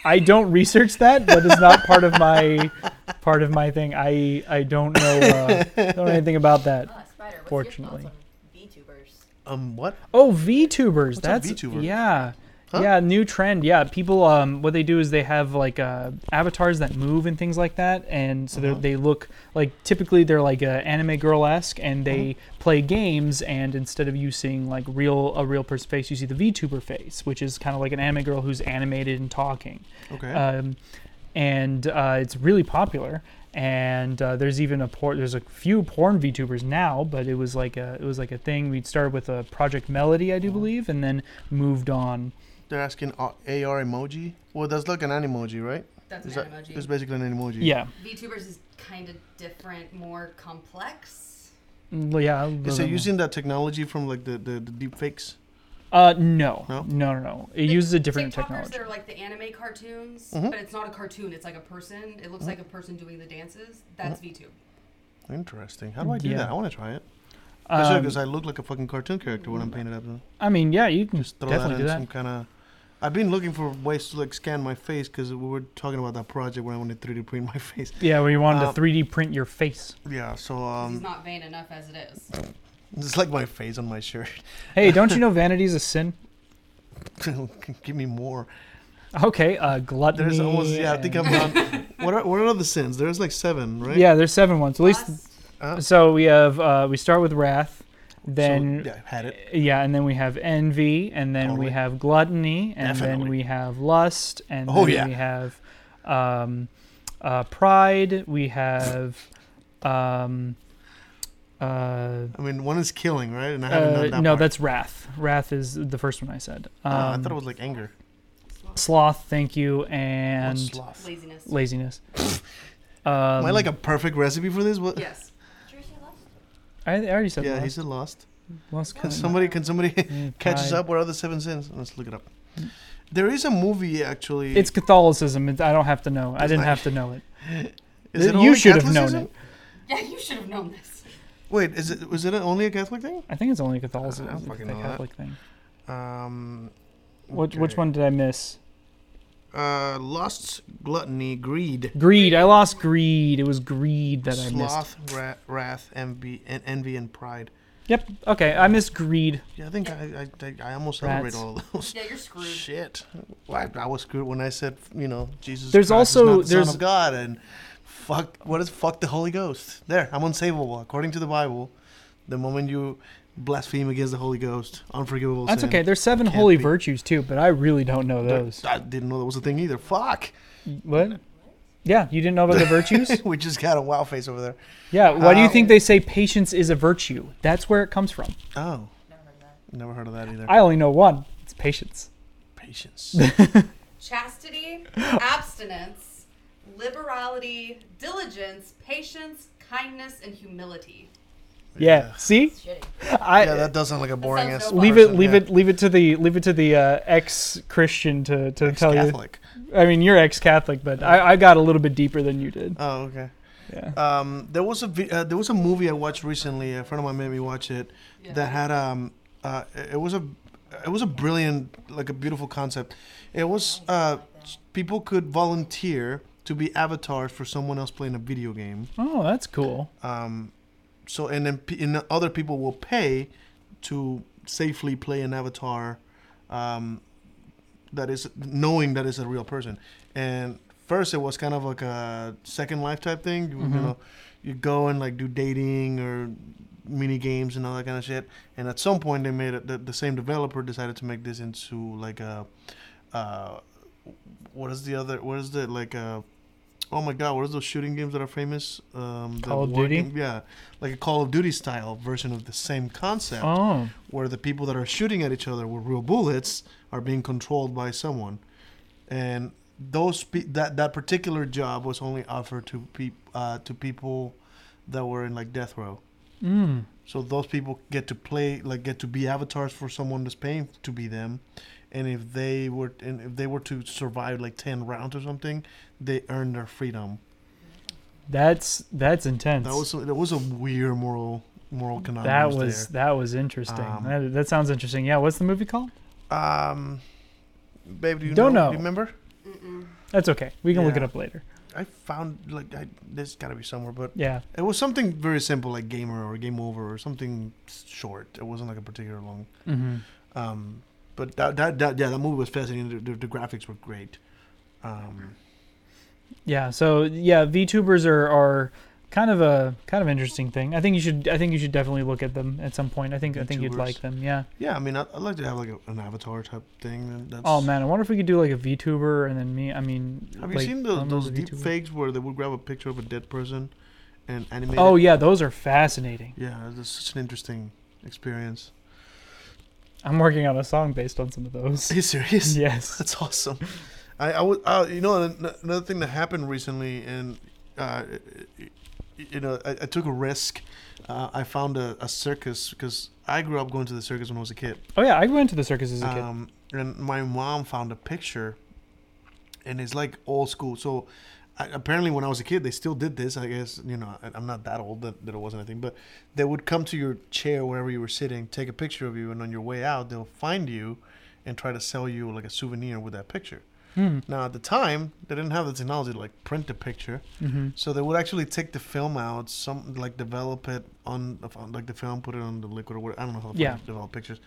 I don't research that. That is not part of my part of my thing. I I don't know uh, don't know anything about that.
Oh, Spider, what's
Fortunately.
your thoughts on VTubers?
Um, what?
Oh, VTubers. That's
VTuber?
yeah. Yeah, new trend. Yeah, people. Um, what they do is they have like uh, avatars that move and things like that, and so they're they look like typically they're like uh, anime girl esque, and they play games. And instead of you seeing like real a real person face, you see the VTuber face, which is kind of like an anime girl who's animated and talking
Okay.
um, and uh, it's really popular. And uh, there's even a por- there's a few porn VTubers now, but it was like a it was like a thing. We started with a Project Melody, I do
Mm-hmm.
believe, and then moved on.
They're asking uh, AR emoji. Well, that's like an emoji, right?
That's
Is
an
that-
emoji.
It's basically an emoji.
Yeah,
VTubers is kind of different, more complex.
L- Mm, yeah.
Is
little-
it using that technology from like the the, the deep fakes?
Uh, no,
No?
no, no, no. no. It uses a different
TikTokers,
technology. Mm-hmm.
they're like the anime cartoons, but it's not a cartoon. It's like a person. It looks like a person doing the dances. That's
Mm-hmm.
VTube.
Interesting. How do I do
Yeah. Um,
that? I want to try it. Especially because I look like a fucking cartoon character when I'm painted up.
I mean, yeah, you can
Throw
definitely
that in
do
some
that.
kind of. I've been looking for ways to like scan my face because we were talking about that project where I wanted 3D print my face.
Yeah, where you wanted
Um,
to 3D print your face.
Yeah, so
He's
um,
not vain enough as it is.
it's like my face on my shirt.
Hey, don't you know vanity is a sin?
Give me more.
Okay, uh, gluttony.
There's almost yeah. I think I'm
and-
done. what are what are the sins? There's like seven, right?
Yeah, there's seven ones. At least
Lust,
So we have uh, we start with wrath,
So,
then
yeah, had it.
yeah. and then we have envy, and then
Totally.
we have gluttony, and
Definitely.
then we have lust, and
Oh,
then
yeah.
we have um, uh, pride. We have um, uh,
I mean, one is killing, right? And I haven't
uh,
done that
no,
part.
that's wrath. Wrath is the first one I said. Um,
Uh, I thought it was like anger.
sloth. Thank you,
And
and
sloth.
laziness.
laziness. Um,
Am I like a perfect recipe for this? What?
yes.
I, I already said
Yeah,
lust.
he said lost.
Lust
Can
kind of-
somebody can somebody catch us
pride.
up? What are the seven sins? Let's look it up. There is a movie actually.
It's Catholicism. It, I don't have to know. I didn't
not-
have to know it.
is
you
only
should have known
Catholicism?
it.
Yeah, you should have known this.
Wait, is it was it only a Catholic thing?
I think it's only Catholicism. It's
fucking
the
know that.
Catholic thing.
Um,
Which,
Okay.
which one did I miss?
uh, lust, gluttony, greed,
Greed. I lost greed. It was greed that I missed.
sloth, ra- wrath, envy, and envy and pride.
Yep. Okay. I missed greed.
Yeah, I think I I, I, I almost celebrate
Rats.
all of those.
Yeah, you're screwed.
Shit, well, I, I was screwed when I said you know Jesus.
There's
Christ is
also-
not the
there's-
Son of God and fuck what is fuck the Holy Ghost. There, I'm unsavable according to the Bible. The moment you blaspheme against the Holy Ghost, unforgivable.
That's
sin.
okay. There's seven holy
be.
virtues too, but I really don't know those.
I didn't know that was a thing either. Fuck.
What? Yeah, you didn't know about the virtues?
We just got a wow face over there.
Yeah, why do you
Uh,
think they say patience is a virtue? That's where it comes from.
Oh. Never heard of that either.
I only know one. It's patience.
Patience.
Chastity, abstinence, liberality, diligence, patience, kindness, and humility.
Yeah. See? I
yeah, that does sound like a boring
sounds
ass.
so
leave it
person,
leave
yeah.
it leave it to the leave it to the uh, ex Christian to, to tell you.
Catholic.
I mean, you're ex-Catholic, but I, I got a little bit deeper than you did.
Oh, okay. Yeah. Um, there was a vi- uh, there was a movie I watched recently. A friend of mine made me watch it. That had um, Uh, it it was a it was a brilliant, like a beautiful concept. It was uh, people could volunteer to be avatars for someone else playing a video game.
Oh, that's cool.
Uh, So and then p- and other people will pay to safely play an avatar um, that is knowing that it's a real person. And first, it was kind of like a Second Life type thing. You,
Mm-hmm.
you know, you go and like do dating or mini games and all that kind of shit. And at some point, they made it. The, the same developer decided to make this into like a. Uh, what is the other? What is the like a? Oh my god! What is those shooting games that are famous? Um, the
Call of
war
Duty?
game- yeah, like a Call of Duty style version of the same concept
Oh,
where the people that are shooting at each other with real bullets are being controlled by someone, and those pe- that that particular job was only offered to pe- uh, to people that were in like death row. So those people get to play like get to be avatars for someone that's paying to be them, and if they were and if they were to survive like ten rounds or something, they earn their freedom.
that's that's intense.
That was that was a weird moral moral conundrum.
that was that was interesting. that, that sounds interesting. Yeah, what's the movie called?
um, babe. Do you
Don't
know?
know.
Do you remember?
That's okay. We can look it
Yeah.
up later.
I found like I, this gotta be somewhere, but
Yeah.
it was something very simple like gamer or game over or something s- short. It wasn't like a particular long. Um, but that, that that yeah, that movie was fascinating. The, the, the graphics were great. Um,
Yeah. So yeah, VTubers are, are kind of a kind of interesting thing. I think you should I think you should definitely look at them at some point. I think I think you'd
VTubers.
like them. Yeah.
yeah, I mean, I, I'd like to have like a, an avatar type thing. and That's,
Oh man, I wonder if we could do like a VTuber and then me. I mean,
have you
like,
seen the,
I'm
those
a
deep
VTuber.
fakes where they would grab a picture of a dead person and animate?
Oh
it?
yeah, those are fascinating.
yeah, that's such an interesting experience.
I'm working on a song based on some of those.
Are you serious?
yes.
That's awesome. I, I would, uh, you know, an- another thing that happened recently, and uh, you know, I, I took a risk. Uh, I found a, a circus because I grew up going to the circus when I was a kid.
Oh yeah, I went to the circus as a kid.
Um, and my mom found a picture, and it's like old school. So I, apparently, when I was a kid, they still did this. I guess you know, I- I'm not that old that, that it wasn't a thing, but they would come to your chair wherever you were sitting, take a picture of you, and on your way out, they'll find you and try to sell you like a souvenir with that picture. Now at the time, they didn't have the technology to like print the picture, so they would actually take the film out, some like develop it on, on like the film, put it on the liquid or what I don't know how to
Yeah.
develop pictures,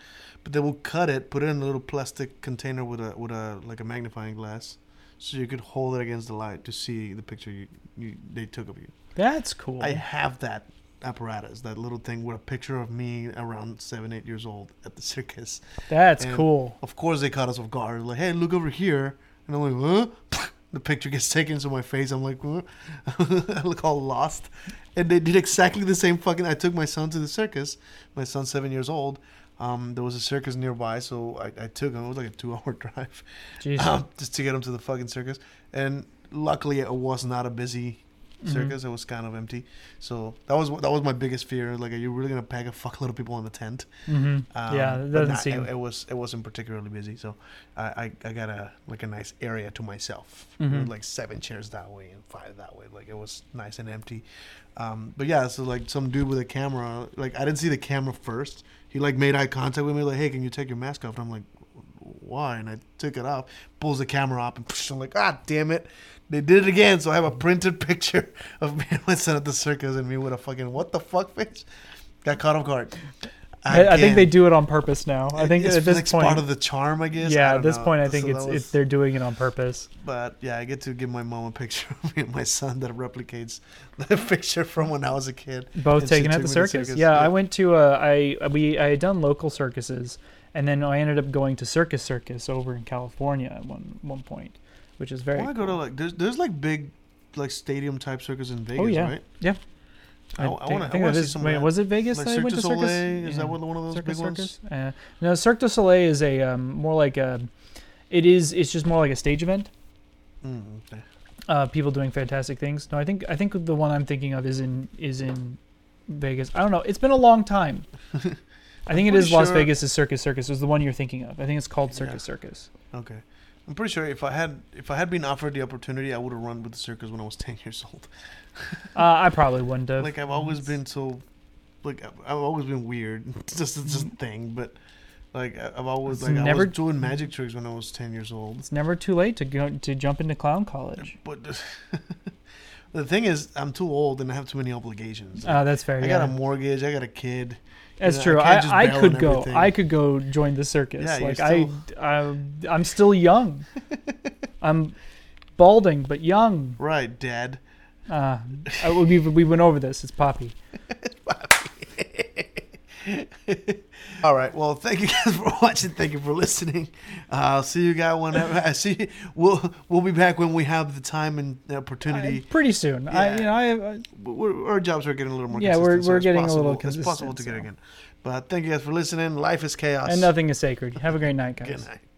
but they will cut it, put it in a little plastic container with a with a like a magnifying glass, so you could hold it against the light to see the picture you, you they took of you.
That's cool.
I have that apparatus, that little thing with a picture of me around seven, eight years old at the circus.
That's
And
cool.
Of course, they caught us off guard. Like, hey, look over here. And I'm like, huh? The picture gets taken to my face. I'm like, huh? I look all lost. And they did exactly the same fucking. I took my son to the circus. My son's seven years old. Um, there was a circus nearby, so I, I took him. It was like a two-hour drive,
Jeez.
um, just to get him to the fucking circus. And luckily, it was not a busy
Mm-hmm.
circus. It was kind of empty, so that was that was my biggest fear. Like, are you really gonna pack a fuckload of people in the tent?
Mm-hmm.
Um,
Mm, Yeah, it
but
doesn't
nah,
seem-
It, it was it wasn't particularly busy, so I, I, I got a like a nice area to myself.
Mm-hmm.
With, like seven chairs that way and five that way. Like it was nice and empty. Um, but yeah, so like some dude with a camera. Like I didn't see the camera first. He like made eye contact with me. Like, hey, can you take your mask off? And I'm like, why? And I took it off. Pulls the camera up and I'm like, ah, damn it. They did it again, so I have a printed picture of me and my son at the circus and me with a fucking what the fuck face. Got caught off guard.
I, I think
Again.
they do it on purpose now. I think
It's-
at this
it's
point,
part of the charm, I guess. I
yeah,
don't
at this
know.
point, I
So
think
that
it's,
was-
it's they're doing it on purpose.
But yeah, I get to give my mom a picture of me and my son that replicates the picture from when I was a kid.
Both
And she
taken at
took
the
me to
circus. Yeah, I
Yeah.
went to uh, I we I had done local circuses, and then I ended up going to Circus Circus over in California at one one point, which is
I
very.
want to go to like there's there's like big like stadium type circus in Vegas,
oh yeah,
right?
yeah.
I- I wanna- I
think
wanna
that
see
is-
some of
wait,
that.
was it Vegas
Like
that I
Cirque du
went to circus?
Soleil, is that one- one of those big ones?
Uh, no, Cirque du Soleil is a um, more like a. It is. It's just more like a stage event.
Mm, okay.
uh, people doing fantastic things. No, I think I think the one I'm thinking of is in is in Vegas. I don't know. It's been a long time. I think it is
pretty
Las
sure-
Vegas' Circus Circus is the one you're thinking of. I think it's called Circus Circus.
Okay. I'm pretty sure if I had if I had been offered the opportunity, I would have run with the circus when I was ten years old.
Uh, I probably wouldn't have.
Like I've always been so like I've I've always been weird. It's just it's just a thing, but like I- I've always
Mm-hmm. It's
like I
never-
was doing magic tricks when I was ten years old.
It's never too late to go to jump into clown college.
But the- the thing is, I'm too old and I have too many obligations.
Oh, that's fair.
I
yeah.
got a mortgage. I got a kid. you
That's
know,
true.
can't just
I, I
bail
could
on
go.
everything.
I could go join the circus.
Yeah, you're
like
still-
I, I'm, I'm still young. I'm balding but young.
Right, Dad.
Uh, I, we we went over this. It's Poppy.
All right. Well, thank you guys for watching. Thank you for listening. Uh, see you guys whenever. I see. We'll we'll be back when we have the time and the opportunity.
Pretty soon. I
Yeah.
you know I, I
We're, our jobs are getting a little more.
Yeah, we're-
consistent, so
we're
it's
getting a
possible,
little
It's possible
consistent,
to get
so.
again. But thank you guys for listening. Life is chaos.
and nothing is sacred. Have a great night, guys.
Good night.